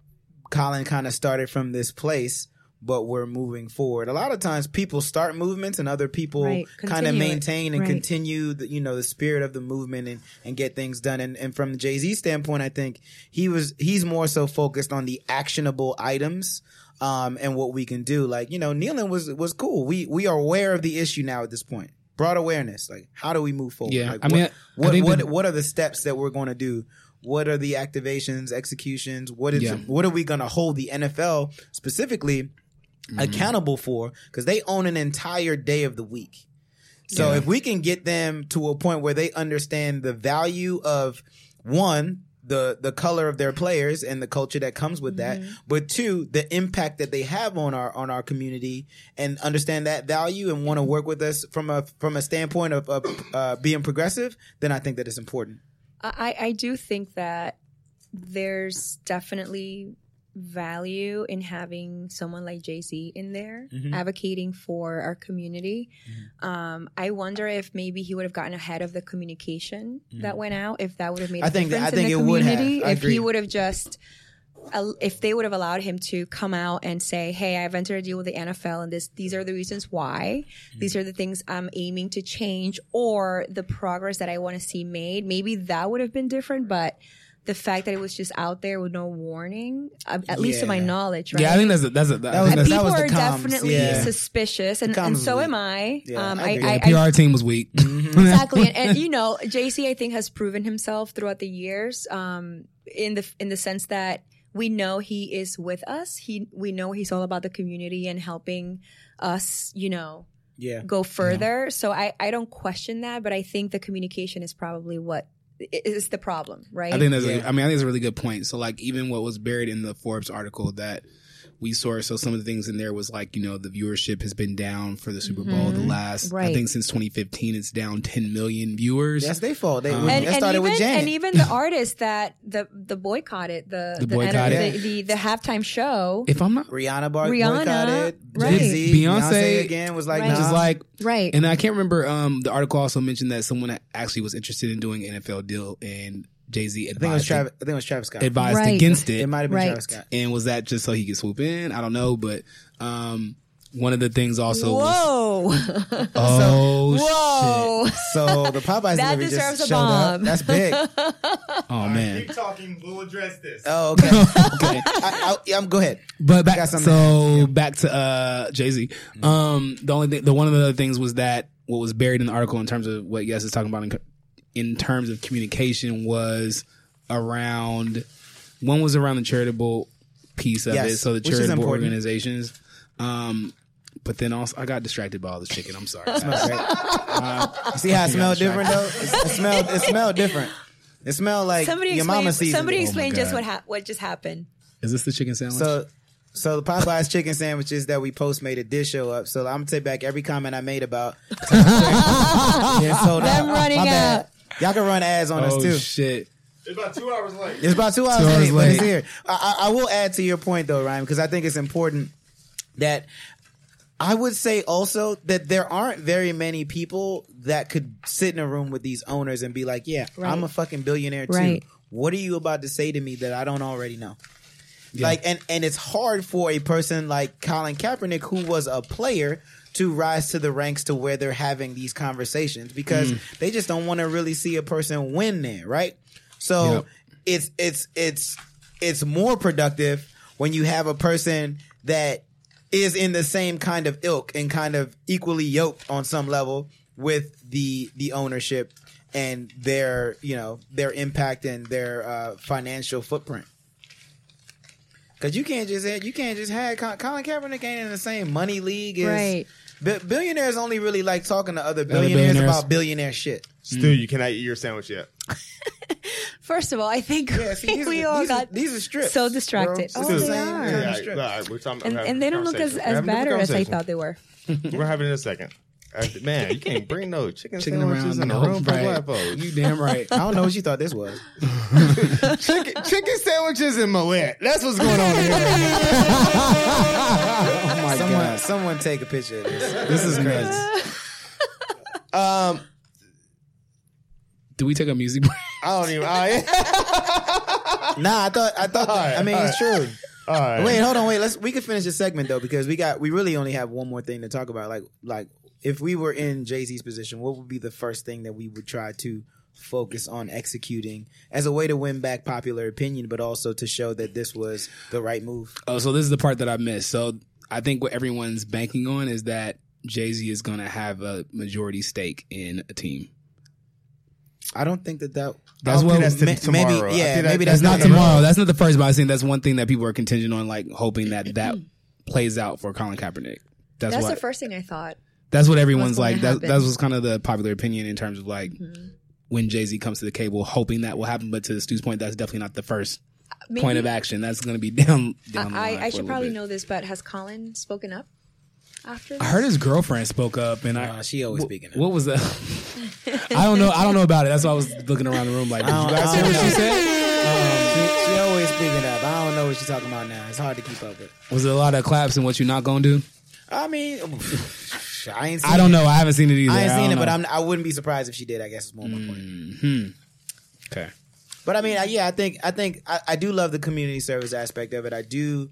Speaker 2: Colin kind of started from this place, but we're moving forward. A lot of times people start movements and other people
Speaker 4: Right.
Speaker 2: kind
Speaker 4: Continue
Speaker 2: of
Speaker 4: it.
Speaker 2: maintain and
Speaker 4: Right.
Speaker 2: continue the, you know, the spirit of the movement and, and get things done. And, and from Jay-Z standpoint, I think he was, he's more so focused on the actionable items um, and what we can do. Like you know, kneeling was was cool. We we are aware of the issue now at this point. Broad awareness. Like how do we move forward?
Speaker 3: Yeah,
Speaker 2: Like,
Speaker 3: I mean, I- I
Speaker 2: what what
Speaker 3: think
Speaker 2: what,
Speaker 3: that-
Speaker 2: what are the steps that we're going to do? What are the activations, executions? What is
Speaker 3: Yeah.
Speaker 2: what are we going to hold the NFL specifically accountable for? Because they own an entire day of the week. So
Speaker 3: Yeah.
Speaker 2: if we can get them to a point where they understand the value of one, the the color of their players and the culture that comes with that, but two, the impact that they have on our on our community and understand that value and want to work with us from a from a standpoint of, of uh, being progressive, then I think that it's important.
Speaker 4: I, I do think that there's definitely value in having someone like Jay Z in there
Speaker 2: Mm-hmm.
Speaker 4: advocating for our community. Um, I wonder if maybe he would have gotten ahead of the communication that went out, if that would have made a
Speaker 2: Mm-hmm. I think that-
Speaker 4: difference
Speaker 2: I think
Speaker 4: in the
Speaker 2: it would have.
Speaker 4: community,
Speaker 2: I
Speaker 4: if
Speaker 2: agree.
Speaker 4: he would have just. al- If they would have allowed him to come out and say, "Hey, I've entered a deal with the NFL, and this these are the reasons why, these are the things I'm aiming to change, or the progress that I want to see made," maybe that would have been different. But the fact that it was just out there with no warning, uh, at least to my
Speaker 2: Yeah.
Speaker 4: knowledge, right?
Speaker 3: yeah, I think that's a, that's a, I
Speaker 2: was-
Speaker 3: think
Speaker 2: that
Speaker 3: that's,
Speaker 4: people
Speaker 2: was the
Speaker 4: are
Speaker 2: comms,
Speaker 4: definitely
Speaker 2: yeah.
Speaker 4: suspicious, and,
Speaker 2: The comms
Speaker 4: and so
Speaker 2: was
Speaker 4: am I.
Speaker 2: Yeah,
Speaker 4: um,
Speaker 2: I
Speaker 4: I,
Speaker 2: agree.
Speaker 4: I,
Speaker 3: the PR team was weak.
Speaker 4: exactly, and, and you know, JC, I think has proven himself throughout the years, um, in the in the sense that we know he is with us. He we know he's all about the community and helping us. You know,
Speaker 2: Yeah.
Speaker 4: go further. So I I don't question that, but I think the communication is probably what i- is the problem, right?
Speaker 3: I think that's.
Speaker 2: Yeah.
Speaker 3: A, I mean, I think it's a really good point. So, like, even what was buried in the Forbes article that we saw. So some of the things in there was like, you know, the viewership has been down for the Super Bowl
Speaker 2: Mm-hmm.
Speaker 3: the last, I
Speaker 4: Right.
Speaker 3: think since 2015, it's down 10 million viewers.
Speaker 2: That's their fault. They
Speaker 3: Um,
Speaker 2: that
Speaker 4: and, and
Speaker 2: started
Speaker 4: even,
Speaker 2: with Janet.
Speaker 4: and
Speaker 2: <laughs>
Speaker 4: even the artists that the the boycotted the
Speaker 3: The
Speaker 4: the
Speaker 3: boycott
Speaker 4: the,
Speaker 3: it.
Speaker 4: the, the, halftime show.
Speaker 3: if I'm not
Speaker 2: Rihanna Bar-
Speaker 4: Rihanna,
Speaker 2: boycotted.
Speaker 4: right.
Speaker 2: Jay-Z,
Speaker 3: Beyonce-
Speaker 2: again was like,
Speaker 4: Right.
Speaker 3: which is
Speaker 2: nah.
Speaker 3: like,
Speaker 4: right.
Speaker 3: and I can't remember. Um, the article also mentioned that someone actually was interested in doing an NFL deal, and Jay Z
Speaker 2: I think it was
Speaker 3: advised,
Speaker 2: Travis. I think it was Travis Scott.
Speaker 3: advised
Speaker 4: Right.
Speaker 3: against it.
Speaker 2: It might have been
Speaker 4: Right.
Speaker 2: Travis Scott.
Speaker 3: and was that just so he could swoop in? I don't know, but um, one of the things also. Was,
Speaker 4: Whoa. <laughs>
Speaker 3: oh shit!
Speaker 4: Whoa.
Speaker 2: So the Popeyes
Speaker 4: <laughs> That
Speaker 2: delivery
Speaker 4: deserves a
Speaker 2: just showed up.
Speaker 4: bomb.
Speaker 2: That's
Speaker 4: <laughs>
Speaker 2: big.
Speaker 3: Oh man.
Speaker 1: talking. We'll address this.
Speaker 2: Oh, okay.
Speaker 3: <laughs> Okay.
Speaker 2: I, I, I'm go ahead.
Speaker 3: But back
Speaker 2: got
Speaker 3: so
Speaker 2: something to ask,
Speaker 3: back to uh, Jay Z. Um, the only thing, the one of the other things was that what was buried in the article in terms of what Yes is talking about in, co- in terms of communication was around one was around the charitable piece of
Speaker 2: Yes,
Speaker 3: it, so the
Speaker 2: which is
Speaker 3: charitable
Speaker 2: important.
Speaker 3: organizations. Um, but then also I got distracted by all this chicken. I'm sorry. guys.
Speaker 2: See how it smelled different though? It, it smelled. It smelled different. It smelled like
Speaker 4: somebody
Speaker 2: your
Speaker 4: explain.
Speaker 2: mama seasoned
Speaker 4: Somebody
Speaker 2: it. Oh
Speaker 4: explain
Speaker 3: God.
Speaker 4: just what hap what just happened.
Speaker 3: Is this the chicken sandwich?
Speaker 2: So, so the Popeyes chicken sandwiches that we post made a dish show up. So I'm gonna take back every comment I made
Speaker 3: <laughs>
Speaker 2: about. Yeah, sold
Speaker 4: Them running
Speaker 2: Ah, My bad.
Speaker 4: out.
Speaker 2: Y'all can run ads on us
Speaker 3: oh
Speaker 2: too.
Speaker 3: shit!
Speaker 1: It's about two hours late.
Speaker 2: It's about two hours,
Speaker 3: hours
Speaker 2: late, but it's
Speaker 3: late.
Speaker 2: here. I, I I will add to your point though, Ryan, because I think it's important that I would say also that there aren't very many people that could sit in a room with these owners and be like, "Yeah, I'm a fucking billionaire too.
Speaker 4: Right.
Speaker 2: What are you about to say to me that I don't already know?" Like, and and it's hard for a person like Colin Kaepernick, who was a player. To rise to the ranks to where they're having these conversations because they just don't want to really see a person win there, right? So
Speaker 3: Yep.
Speaker 2: it's it's it's it's more productive when you have a person that is in the same kind of ilk and kind of equally yoked on some level with the the ownership and their you know their impact and their uh, financial footprint. Because you can't just have, you can't just have Col- Colin Kaepernick ain't in the same money league as
Speaker 4: Right.
Speaker 2: Bi- billionaires only really like talking to other billionaires,
Speaker 3: billionaires.
Speaker 2: about billionaire
Speaker 4: <laughs>
Speaker 2: shit.
Speaker 1: Stu, you cannot eat your sandwich yet.
Speaker 4: First of all, I think
Speaker 2: Yeah, see, these,
Speaker 4: <laughs> we
Speaker 2: are,
Speaker 4: all
Speaker 2: these,
Speaker 4: got
Speaker 2: are, these are strips.
Speaker 4: so distracted.
Speaker 2: bro. This
Speaker 4: Oh,
Speaker 2: is
Speaker 1: Stu,
Speaker 2: the
Speaker 4: they
Speaker 2: same
Speaker 4: are.
Speaker 2: kind
Speaker 1: Yeah,
Speaker 2: of
Speaker 1: all right,
Speaker 2: strip.
Speaker 1: all right, we're talking,
Speaker 4: and,
Speaker 1: we're
Speaker 4: and they don't look as,
Speaker 1: having a
Speaker 4: as bad as I
Speaker 1: conversation.
Speaker 4: thought they were.
Speaker 1: We're having it in a second. Uh, man, you can't bring no chicken,
Speaker 3: Chicken
Speaker 1: sandwiches in
Speaker 3: around
Speaker 1: a
Speaker 3: no,
Speaker 1: room for
Speaker 3: right.
Speaker 1: black folks.
Speaker 3: You damn right.
Speaker 2: I don't know what you thought this
Speaker 4: <laughs>
Speaker 2: was.
Speaker 1: chicken, chicken sandwiches in Moet. That's what's going on here.
Speaker 3: Oh my
Speaker 2: someone,
Speaker 3: god!
Speaker 2: someone take a picture of this.
Speaker 3: This is nuts. <laughs>
Speaker 1: Um,
Speaker 3: Do we take a music break?
Speaker 1: <laughs>
Speaker 3: <laughs>
Speaker 1: I don't even. I, <laughs>
Speaker 2: Nah, I thought, I thought.
Speaker 1: All right,
Speaker 2: I mean,
Speaker 1: all
Speaker 2: it's true.
Speaker 1: all right.
Speaker 2: Wait, hold on, wait. Let's we could finish this segment though because we got we really only have one more thing to talk about. Like, like if we were in Jay Z's position, what would be the first thing that we would try to focus on executing as a way to win back popular opinion, but also to show that this was the right move?
Speaker 3: Oh, so this is the part that I missed. So I think what everyone's banking on is that Jay Z is going to have a majority stake in a team.
Speaker 2: I don't think that that
Speaker 3: That's
Speaker 2: I
Speaker 3: what
Speaker 2: don't
Speaker 1: that's
Speaker 2: think
Speaker 1: to
Speaker 2: ma- maybe
Speaker 1: tomorrow. I
Speaker 2: yeah
Speaker 1: think that-
Speaker 2: maybe
Speaker 1: that's
Speaker 2: that's,
Speaker 3: That's not
Speaker 2: not
Speaker 3: tomorrow. That's not the first, but I think that's one thing that people are contingent on, like hoping that that plays out for Colin Kaepernick. That's,
Speaker 4: That's
Speaker 3: what.
Speaker 4: the first thing I thought.
Speaker 3: that's what everyone's
Speaker 4: what's gonna
Speaker 3: like. That,
Speaker 4: happen. Mm-hmm.
Speaker 3: that was kind of the popular opinion in terms of like when Jay Z comes to the cable, hoping that will happen. But to Stu's point, that's definitely not the first
Speaker 4: Maybe-
Speaker 3: point of action. That's going to be <laughs> down. down the
Speaker 4: I,
Speaker 3: line
Speaker 4: I
Speaker 3: for a
Speaker 4: should
Speaker 3: little
Speaker 4: probably
Speaker 3: bit.
Speaker 4: know this, but has Colin spoken up after?
Speaker 3: I
Speaker 4: this?
Speaker 3: heard his girlfriend spoke up, and I
Speaker 2: Uh, she always speaking. up.
Speaker 3: What was that?
Speaker 4: <laughs>
Speaker 3: I don't know. I don't know about it. That's why I was looking around the room like, did you guys hear what she said?
Speaker 2: She, Um, she always speaking up. I don't know what she's talking about now. It's hard to keep up with.
Speaker 3: Um, was it a lot of claps and what you not gonna do?
Speaker 2: I mean, I ain't. Seen
Speaker 3: I
Speaker 2: it.
Speaker 3: don't know. I haven't seen it either.
Speaker 2: I ain't seen it, but
Speaker 3: don't know. Mm.
Speaker 2: I'm, I wouldn't be surprised if she did. I guess it's more my point.
Speaker 3: okay.
Speaker 2: But I mean, I, yeah, I think I think I, I do love the community service aspect of it. I do,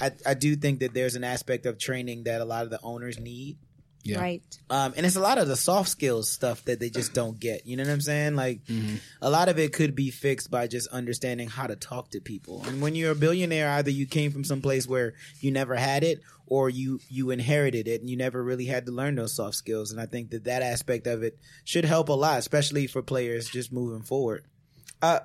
Speaker 2: I, I do think that there's an aspect of training that a lot of the owners need,
Speaker 3: Yeah.
Speaker 4: Right.
Speaker 2: um, and it's a lot of the soft skills stuff that they just don't get. You know what I'm saying? Like,
Speaker 1: Mm-hmm.
Speaker 2: a lot of it could be fixed by just understanding how to talk to people. And when you're a billionaire, either you came from some place where you never had it, or you you inherited it and you never really had to learn those soft skills. And I think that that aspect of it should help a lot, especially for players just moving forward. Uh,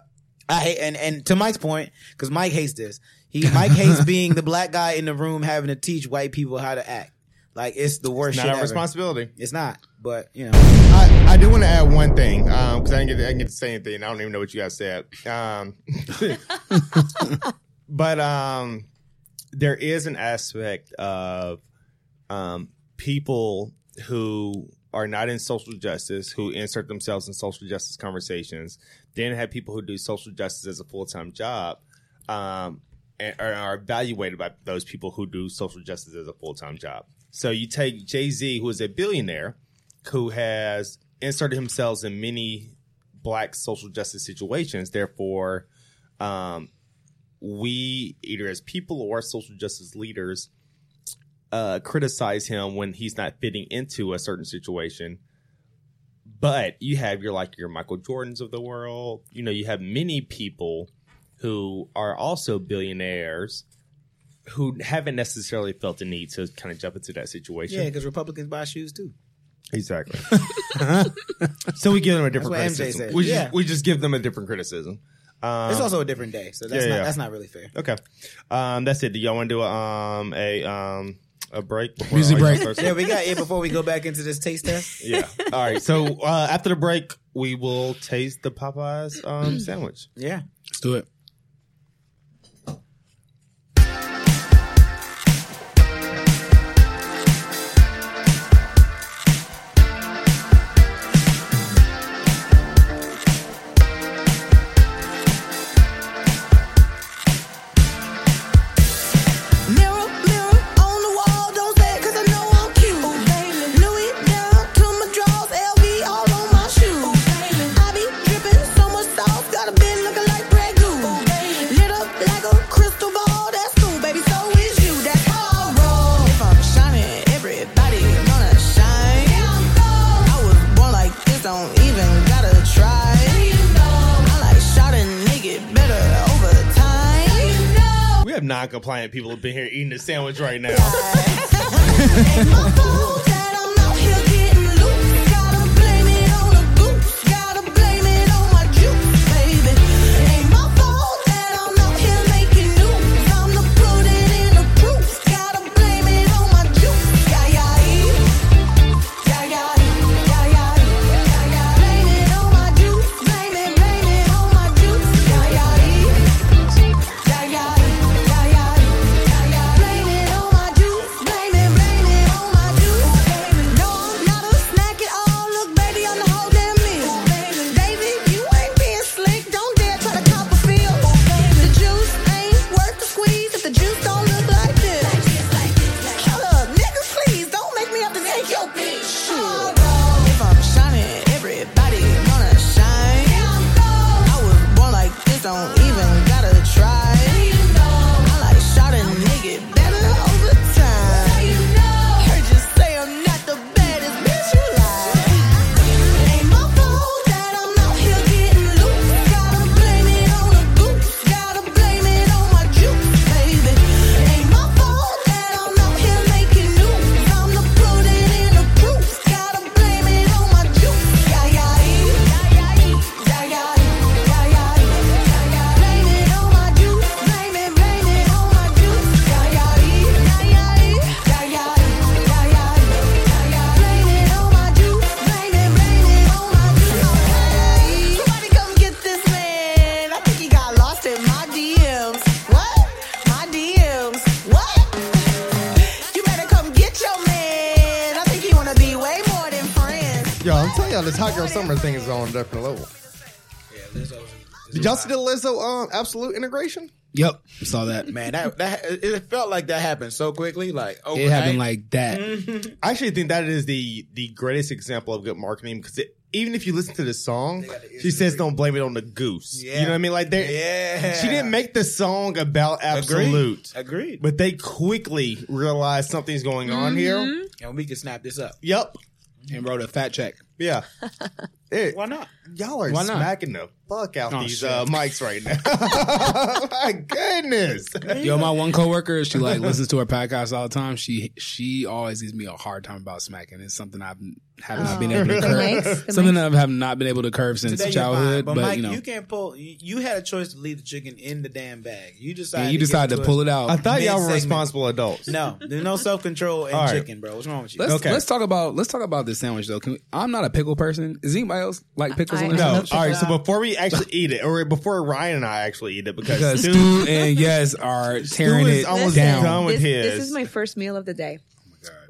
Speaker 2: I hate, and and to Mike's point, because Mike hates this. He Mike
Speaker 1: <laughs>
Speaker 2: hates being the black guy in the room having to teach white people how to act. Like it's the worst.
Speaker 1: Not
Speaker 2: shit
Speaker 1: our
Speaker 2: ever.
Speaker 1: responsibility.
Speaker 2: It's not, but you know.
Speaker 1: I, I do want to add one thing because I didn't get I didn't get to say anything. I don't <laughs> even know what you guys said. Um, but um, there is an aspect of um, people who are not in social justice who insert themselves in social justice conversations. Then have people who do social justice as a full time job. Um, and are, are evaluated by those people who do social justice as a full time job. So you take Jay Z, who is a billionaire, who has inserted himself in many black social justice situations. Therefore, um, we either as people or as social justice leaders uh, criticize him when he's not fitting into a certain situation. But you have your like your Michael Jordans of the world. You know, you have many people who are also billionaires who haven't necessarily felt the need to kind of jump into that
Speaker 2: Yeah,
Speaker 1: situation.
Speaker 2: because Republicans buy shoes too.
Speaker 1: Exactly. <laughs> so we give them a different
Speaker 2: That's what MJ
Speaker 1: criticism.
Speaker 2: said.
Speaker 1: We, just,
Speaker 2: Yeah.
Speaker 1: we just give them a different criticism. Um,
Speaker 2: It's also a different day, so that's
Speaker 1: yeah,
Speaker 2: not
Speaker 1: yeah.
Speaker 2: that's not really fair.
Speaker 1: okay. Um, that's it. Do y'all want to do a um a um a break? before
Speaker 3: Music
Speaker 1: all y'all
Speaker 3: break.
Speaker 1: starts?
Speaker 2: Yeah, we got it before we go back into this taste test.
Speaker 1: yeah. All right. So uh, after the break, we will taste the Popeyes um, sandwich.
Speaker 2: Yeah.
Speaker 3: Let's do it.
Speaker 5: Mirror, mirror on the wall, don't say it 'cause I know I'm cute. Louis down to my drawers, LV all on my shoes. I be dripping so much sauce, gotta be looking like Grey Goose. Lit up like a crystal ball, that's cool, baby. So is you, that's how I roll. If I'm shining, everybody gonna shine. I was born like this, don't even gotta try. I like shot a nigga better over time.
Speaker 1: We have non-compliant people who've been here eating a sandwich right now.
Speaker 5: Ain't my fault that I'm out here getting loose. Gotta blame it on the goose. Gotta blame it on my juice, baby. Ain't my fault that I'm out here making news. Time to put it in the proof. Gotta blame it on my juice. Yeah, yeah, yeah, yeah, yeah, yeah, yeah. Blame it on my juice. Blame it, blame it on my juice. Yeah, yeah, yeah. Blame it on my juice. Blame it, blame it on my juice. No, I'm not a snack at all. Look, baby, I'm the whole damn meal. Baby, you ain't being slick. Don't dare try to cop a feel. Oh, The juice ain't worth the squeeze if the juice don't look like this. Hold up, niggas, please don't make me have to take your bitch. If I'm shining, everybody gonna shine. I was born like this, don't even gotta try. I like shot a nigga better over time. Heard you say I'm not the baddest bitch you like. Ain't my fault that I'm out here getting loose. Gotta blame it on the goose. Gotta blame it on my juice, baby. Ain't my fault that I'm out here making news. I'm the put it in the proof. Gotta blame it on my juice. Yeah, yeah, yeah, yeah, yeah, yeah, yeah. Blame it on my juice. Blame it, blame it on my juice. Yeah, yeah, yeah, yeah, yeah, yeah, yeah, yeah. Blame it on my juice. Blame it, blame it on my juice. Somebody come get this man. I think he got lost in my DMs. What? My DMs. What? You better come get your man. I think he wanna be way more than friends.
Speaker 1: Yo, I'm telling y'all, this hot girl summer thing is on a different level. Did y'all see the Lizzo um, absolute integration?
Speaker 3: Yep, saw that.
Speaker 2: Man, that that it felt like that happened so quickly, like overnight.
Speaker 3: It happened like that.
Speaker 1: I actually think that is the the greatest example of good marketing because it, even if you listen to the song, she says don't blame it on the goose. You
Speaker 2: Yeah.
Speaker 1: know what I mean? Like there,
Speaker 2: Yeah.
Speaker 1: she didn't make the song about
Speaker 2: Agreed.
Speaker 1: absolute,
Speaker 2: Agreed.
Speaker 1: but they quickly realized something's going on here.
Speaker 2: and we can snap this up.
Speaker 1: Yep.
Speaker 3: And wrote a fat check.
Speaker 1: Yeah. It-
Speaker 2: Why not?
Speaker 1: y'all are
Speaker 3: Why not?
Speaker 1: smacking the fuck out
Speaker 3: Oh,
Speaker 1: these
Speaker 3: shit.
Speaker 1: uh, mics right now. <laughs> My goodness.
Speaker 3: Yo, my one coworker, she like listens to her podcast all the time. She she always gives me a hard time about smacking. It's something I've have not been able to
Speaker 4: The
Speaker 3: curb.
Speaker 4: mics, the
Speaker 3: Something
Speaker 4: mics.
Speaker 3: that I have not been able to curb since
Speaker 2: Today you're fine,
Speaker 3: childhood.
Speaker 2: but,
Speaker 3: But,
Speaker 2: Mike,
Speaker 3: you
Speaker 2: you,
Speaker 3: know,
Speaker 2: can't pull. You, you had a choice to leave the chicken in the damn bag. You decided.
Speaker 3: yeah, you
Speaker 2: get
Speaker 3: decide to
Speaker 2: into
Speaker 3: pull
Speaker 2: a-
Speaker 3: it out.
Speaker 1: I thought y'all were
Speaker 2: Mid-segment.
Speaker 1: responsible adults.
Speaker 2: No, there's no self control in
Speaker 1: All right.
Speaker 2: chicken, bro. What's wrong with you?
Speaker 3: Let's
Speaker 1: Okay.
Speaker 3: let's talk about let's talk about this sandwich though. Can we, I'm not a pickle person. Is anybody else like pickles?
Speaker 4: I-
Speaker 3: on this
Speaker 4: No.
Speaker 1: No.
Speaker 3: show?
Speaker 1: All right. So before we actually eat it, or before Ryan and I actually eat it, because
Speaker 3: Because
Speaker 1: Stu,
Speaker 3: Stu and Yes are tearing
Speaker 1: is
Speaker 3: it
Speaker 1: almost
Speaker 3: down.
Speaker 1: done with
Speaker 4: this,
Speaker 1: his.
Speaker 4: this is my first meal of the day,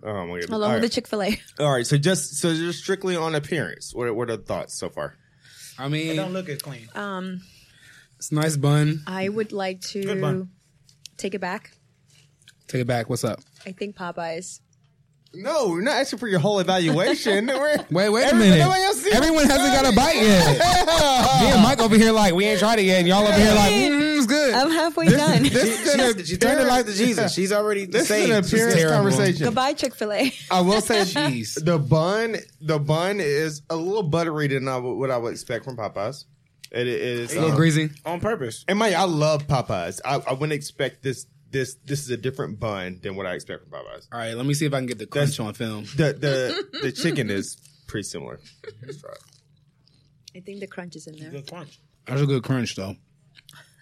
Speaker 1: oh my god. All
Speaker 4: along with the
Speaker 1: right.
Speaker 4: Chick Fil A.
Speaker 1: All right. So just so just strictly on appearance. What are, what are the thoughts so far?
Speaker 3: I
Speaker 2: It don't
Speaker 3: mean,
Speaker 2: look as clean.
Speaker 4: Um,
Speaker 3: it's a nice bun.
Speaker 4: I would like
Speaker 2: Good
Speaker 4: to
Speaker 2: bun.
Speaker 4: take it back.
Speaker 3: Take it back. What's up?
Speaker 4: I think Popeyes.
Speaker 1: No, we're not asking for your whole evaluation. <laughs> We're,
Speaker 3: Wait, wait a
Speaker 1: Everybody-
Speaker 3: minute.
Speaker 1: nobody else did-
Speaker 3: Everyone hasn't got a bite <laughs> yet. Me and Mike over here like we ain't tried it yet. And y'all over here like mm, it's good.
Speaker 4: I'm halfway
Speaker 1: This-
Speaker 4: done.
Speaker 1: this
Speaker 2: She-
Speaker 1: is an
Speaker 2: she's- she turned her
Speaker 1: appearance-
Speaker 2: life to
Speaker 3: <laughs>
Speaker 2: Jesus. She's <laughs> already
Speaker 1: This is an
Speaker 2: saved. She's
Speaker 1: appearance
Speaker 3: terrible.
Speaker 1: conversation.
Speaker 4: <laughs> Goodbye, Chick Fil A.
Speaker 1: I will
Speaker 4: <laughs>
Speaker 1: say
Speaker 3: Jeez.
Speaker 1: the bun. The bun is a little buttery than I would- what I would expect from Popeyes. It, it is
Speaker 3: a little
Speaker 1: um,
Speaker 3: greasy.
Speaker 2: on purpose.
Speaker 1: And mind you, I love Popeyes. I, I wouldn't expect this. This this is a different bun than what I expect from Popeyes.
Speaker 3: All right, let me see if I can get the crunch on film.
Speaker 1: The the the chicken is pretty similar. <laughs> That's right.
Speaker 4: I think the crunch is in there.
Speaker 2: Good crunch.
Speaker 3: That's a good crunch though.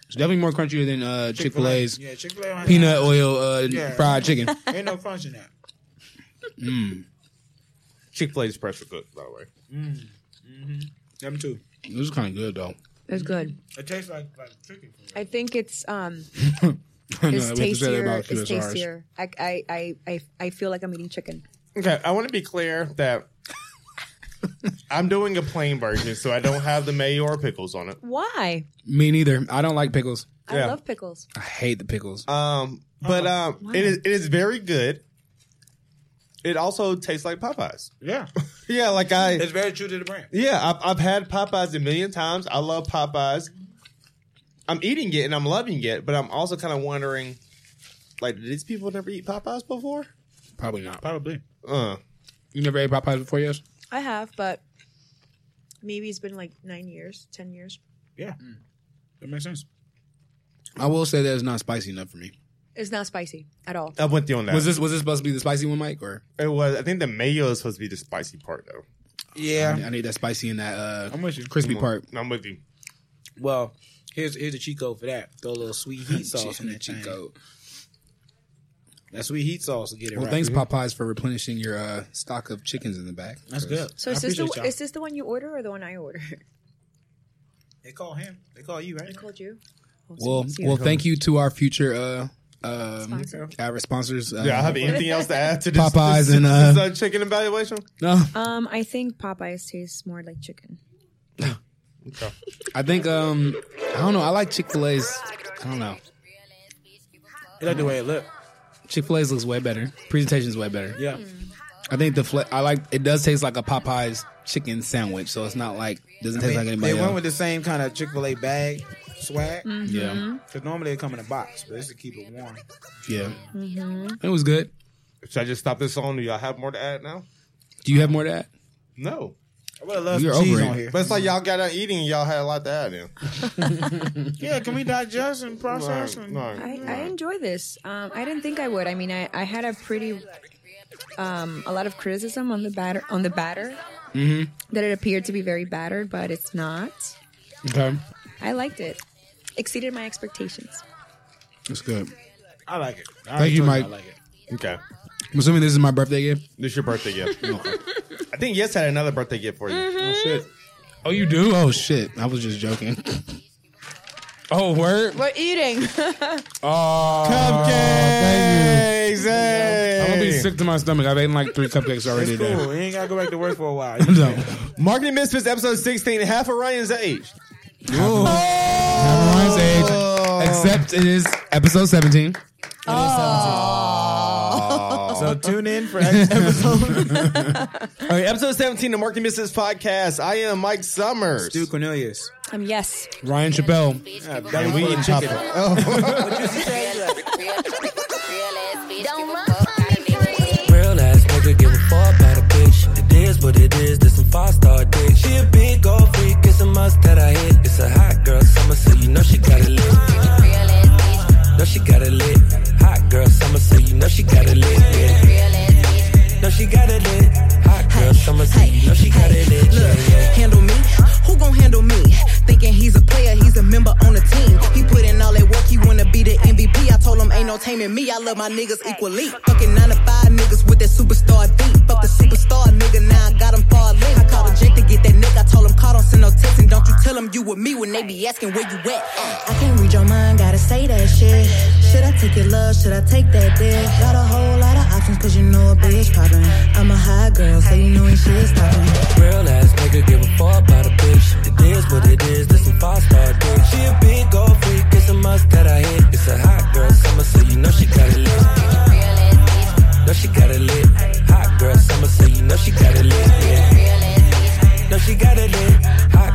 Speaker 3: It's definitely more crunchier than uh, Chick Fil A's
Speaker 2: Yeah, Chick Fil A.
Speaker 3: peanut oil uh,
Speaker 2: Yeah.
Speaker 3: fried chicken. <laughs>
Speaker 2: Ain't no crunch in that.
Speaker 1: Chick Fil A's pressure cooked, by the way.
Speaker 2: Them too.
Speaker 3: It was kind of good though. <laughs>
Speaker 4: It's good.
Speaker 2: It tastes like like chicken.
Speaker 4: I think it's um
Speaker 3: I know,
Speaker 4: it's
Speaker 3: we have to say that
Speaker 4: tastier.
Speaker 3: about
Speaker 4: It's
Speaker 3: QSRs.
Speaker 4: tastier. I, I I I I feel like I'm eating chicken.
Speaker 1: Okay, I want to be clear <laughs> that I'm doing a plain version, so I don't have the mayo or pickles on it.
Speaker 4: Why?
Speaker 3: Me neither. I don't like pickles.
Speaker 4: I
Speaker 1: Yeah.
Speaker 4: love pickles.
Speaker 3: I hate the pickles.
Speaker 1: Um, but um, it is it is very good. It also tastes like Popeyes.
Speaker 2: Yeah,
Speaker 1: Yeah, like I
Speaker 2: <laughs> it's very true to the brand.
Speaker 1: yeah I've, I've had Popeyes a million times. I love Popeyes. I'm eating it and I'm loving it, but I'm also kind of wondering, like, did these people never eat Popeyes before?
Speaker 3: Probably not.
Speaker 2: Probably.
Speaker 1: Uh,
Speaker 3: You never ate Popeyes before, yes?
Speaker 4: I have, but maybe it's been like nine years, ten years.
Speaker 2: Yeah, Mm. that makes sense.
Speaker 3: I will say that it's not spicy enough for me.
Speaker 4: It's not spicy at all.
Speaker 1: I'm with you on that.
Speaker 3: Was this was this supposed to be the spicy one, Mike? Or
Speaker 1: it was. I think the mayo is supposed to be the spicy part, though.
Speaker 2: Yeah,
Speaker 3: I need that spicy and that uh,
Speaker 2: I'm with you.
Speaker 3: crispy part.
Speaker 1: I'm with you.
Speaker 2: Well, here's here's the cheat code for that. Throw a little sweet
Speaker 3: <laughs>
Speaker 2: heat sauce in
Speaker 3: Chicken
Speaker 2: that
Speaker 3: and
Speaker 2: cheat
Speaker 3: cheat
Speaker 2: code.
Speaker 3: code.
Speaker 2: That sweet heat sauce will get it
Speaker 3: Well,
Speaker 2: right. Mm-hmm.
Speaker 3: thanks Popeyes for replenishing your uh, stock of chickens in the back.
Speaker 2: That's good.
Speaker 4: So
Speaker 2: I
Speaker 4: is this the
Speaker 2: appreciate y'all.
Speaker 4: is this the one you order or the one I order? <laughs>
Speaker 2: They call him. They call you, right?
Speaker 4: I called you. Oh,
Speaker 3: Well,
Speaker 4: it's you.
Speaker 3: well, thank you to our future uh, um,
Speaker 4: Sponsor.
Speaker 3: our sponsors. Uh,
Speaker 1: Do I have anything else to add to this?
Speaker 3: Popeyes
Speaker 1: this,
Speaker 3: and,
Speaker 1: this,
Speaker 3: uh,
Speaker 1: uh, chicken evaluation.
Speaker 3: No,
Speaker 4: Um, I think Popeyes tastes more like chicken.
Speaker 3: I think um, I don't know. I like Chick Fil A's. I don't know.
Speaker 2: You like the way it look.
Speaker 3: Chick Fil A's looks way better. Presentation's way better.
Speaker 2: Yeah.
Speaker 4: Mm.
Speaker 3: I think the fle- I like it does taste like a Popeyes chicken sandwich, so it's not like doesn't taste like anybody
Speaker 2: they went with
Speaker 3: else.
Speaker 2: the same kind of Chick Fil A bag swag.
Speaker 4: Mm.
Speaker 3: yeah,
Speaker 2: Cause normally they come in a box, but this to keep it warm.
Speaker 3: yeah. It was good.
Speaker 1: Should I just stop this song? Do y'all have more to add now?
Speaker 3: Do you have more to add?
Speaker 1: No.
Speaker 2: I would love
Speaker 3: You're
Speaker 2: some cheese
Speaker 3: over it.
Speaker 2: on here.
Speaker 1: But it's like y'all got out eating and y'all had a lot to add in.
Speaker 2: <laughs> yeah, can we digest and process? and-
Speaker 4: I, I enjoy this. Um, I didn't think I would. I mean, I, I had a pretty um, a lot of criticism on the batter on the batter that it appeared to be very battered, but it's not.
Speaker 3: Okay,
Speaker 4: I liked it. Exceeded my expectations.
Speaker 3: that's good.
Speaker 2: I like it. I
Speaker 3: Thank you,
Speaker 2: told
Speaker 3: Mike.
Speaker 2: I like it.
Speaker 1: Okay.
Speaker 3: I'm assuming this is my birthday gift.
Speaker 1: This your birthday <laughs> gift. I think Yes had another birthday gift for you.
Speaker 3: Oh shit. Oh, you do? Oh shit. I was just joking. Oh word.
Speaker 4: We're eating. <laughs>
Speaker 3: Oh,
Speaker 1: Cupcakes! Hey!
Speaker 3: I'm gonna be sick to my stomach. I've eaten like three cupcakes already.
Speaker 2: It's cool.
Speaker 3: Today.
Speaker 2: You ain't gotta go back to work for a
Speaker 3: <laughs>
Speaker 2: while.
Speaker 3: So,
Speaker 1: Marketing Misfits episode 16, half of Ryan's age.
Speaker 3: Ryan's age, except it is episode 17.
Speaker 2: So tune in
Speaker 3: <laughs>
Speaker 2: for next episode.
Speaker 1: All right, episode 17 of Marketing Misfits podcast. I am Mike Summers.
Speaker 2: Stu Cornelius.
Speaker 4: um, yes.
Speaker 3: Ryan Chappelle.
Speaker 1: and we eat chicken.
Speaker 5: Don't run from me, free.
Speaker 8: Real ass nigga give a fuck about a bitch. It is what it is, this some five star dick. She a big old freak, it's a must that I hit. It's a hot girl summer, so you know she got it lit. No, she got it lit. Hot girl summer, so you know she got it lit. Yeah. No, she got it lit. Hot girl summer, so you know she got it lit. Yeah, yeah.
Speaker 9: handle me? Who gon' handle me? Thinking he's a player, he's a member on the team. He put in all that work, he wanna be the MVP. I told him ain't no taming me, I love my niggas equally. Fucking nine to five niggas with that superstar deep. Fuck the superstar nigga, now I got him far limp. I caught a They be asking where you at.
Speaker 5: I can't read your mind, gotta say that shit. Should I take your love? Should I take that dick? Got a whole lot of options, cause you know a bitch poppin'. I'm a high girl, so you know ain't shit stoppin'.
Speaker 8: Real ass nigga give a fuck about a bitch. It is what it is, this some five star dick. She a big old freak, it's a must that I hit. It's a hot girl summer, so you know she got it lit. No, she got it lit. Hot girl summer, so you know she got it lit. Yeah. No, she got it lit. Hot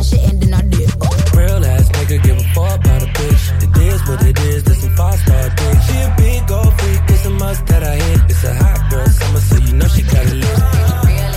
Speaker 10: shit and then I dip.
Speaker 8: Real ass nigga give a fuck about a bitch. It is what it is, this some five star dick. She a big old freak, it's a must that I hit. It's a hot girl summer, so you know she got it lit.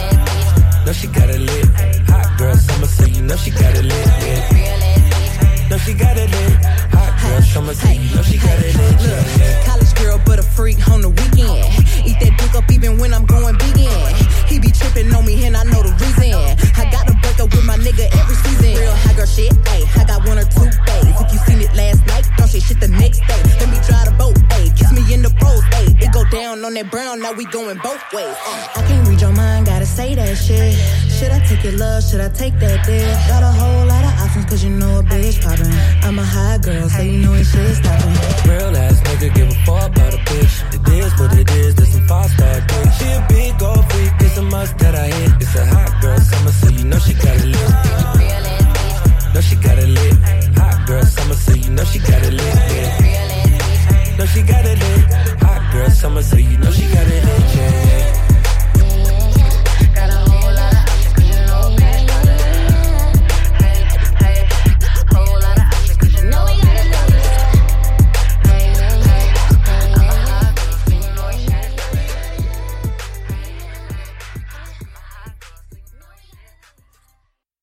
Speaker 8: No, she got it lit. Hot girl summer, so you know she got it lit. Yeah. No, she got it lit. Hot girl summer, so you know she got it lit. Yeah, yeah.
Speaker 9: College girl, but a freak on the weekend. Eat that dick up even when I'm going vegan. He be tripping on me and I know the reason. I gotta break up with my nigga every season. Real high girl shit, ayy. I got one or two days. If you seen it last night, don't say shit the next day. Let me drive the boat, ayy. Kiss me in the pros, ayy. It go down on that brown, now we going both ways.
Speaker 5: I
Speaker 9: Uh.
Speaker 5: can't read your mind, gotta say that shit. Should I take your love? Should I take that dick? Got a whole lot of options, cause you know a bitch poppin'. I'm a high girl, so you know ain't shit stoppin'.
Speaker 8: Real ass nigga give a fuck about a bitch. It is what it is, this some five star dick. She a big old freak, it's a must that I hit. It's a hot girl summer, so you know she got it lit. No, she got it lit. Hot girl summer, so you know she got it lit. Yeah. No, she got it lit. Hot girl summer, so you know she got it lit.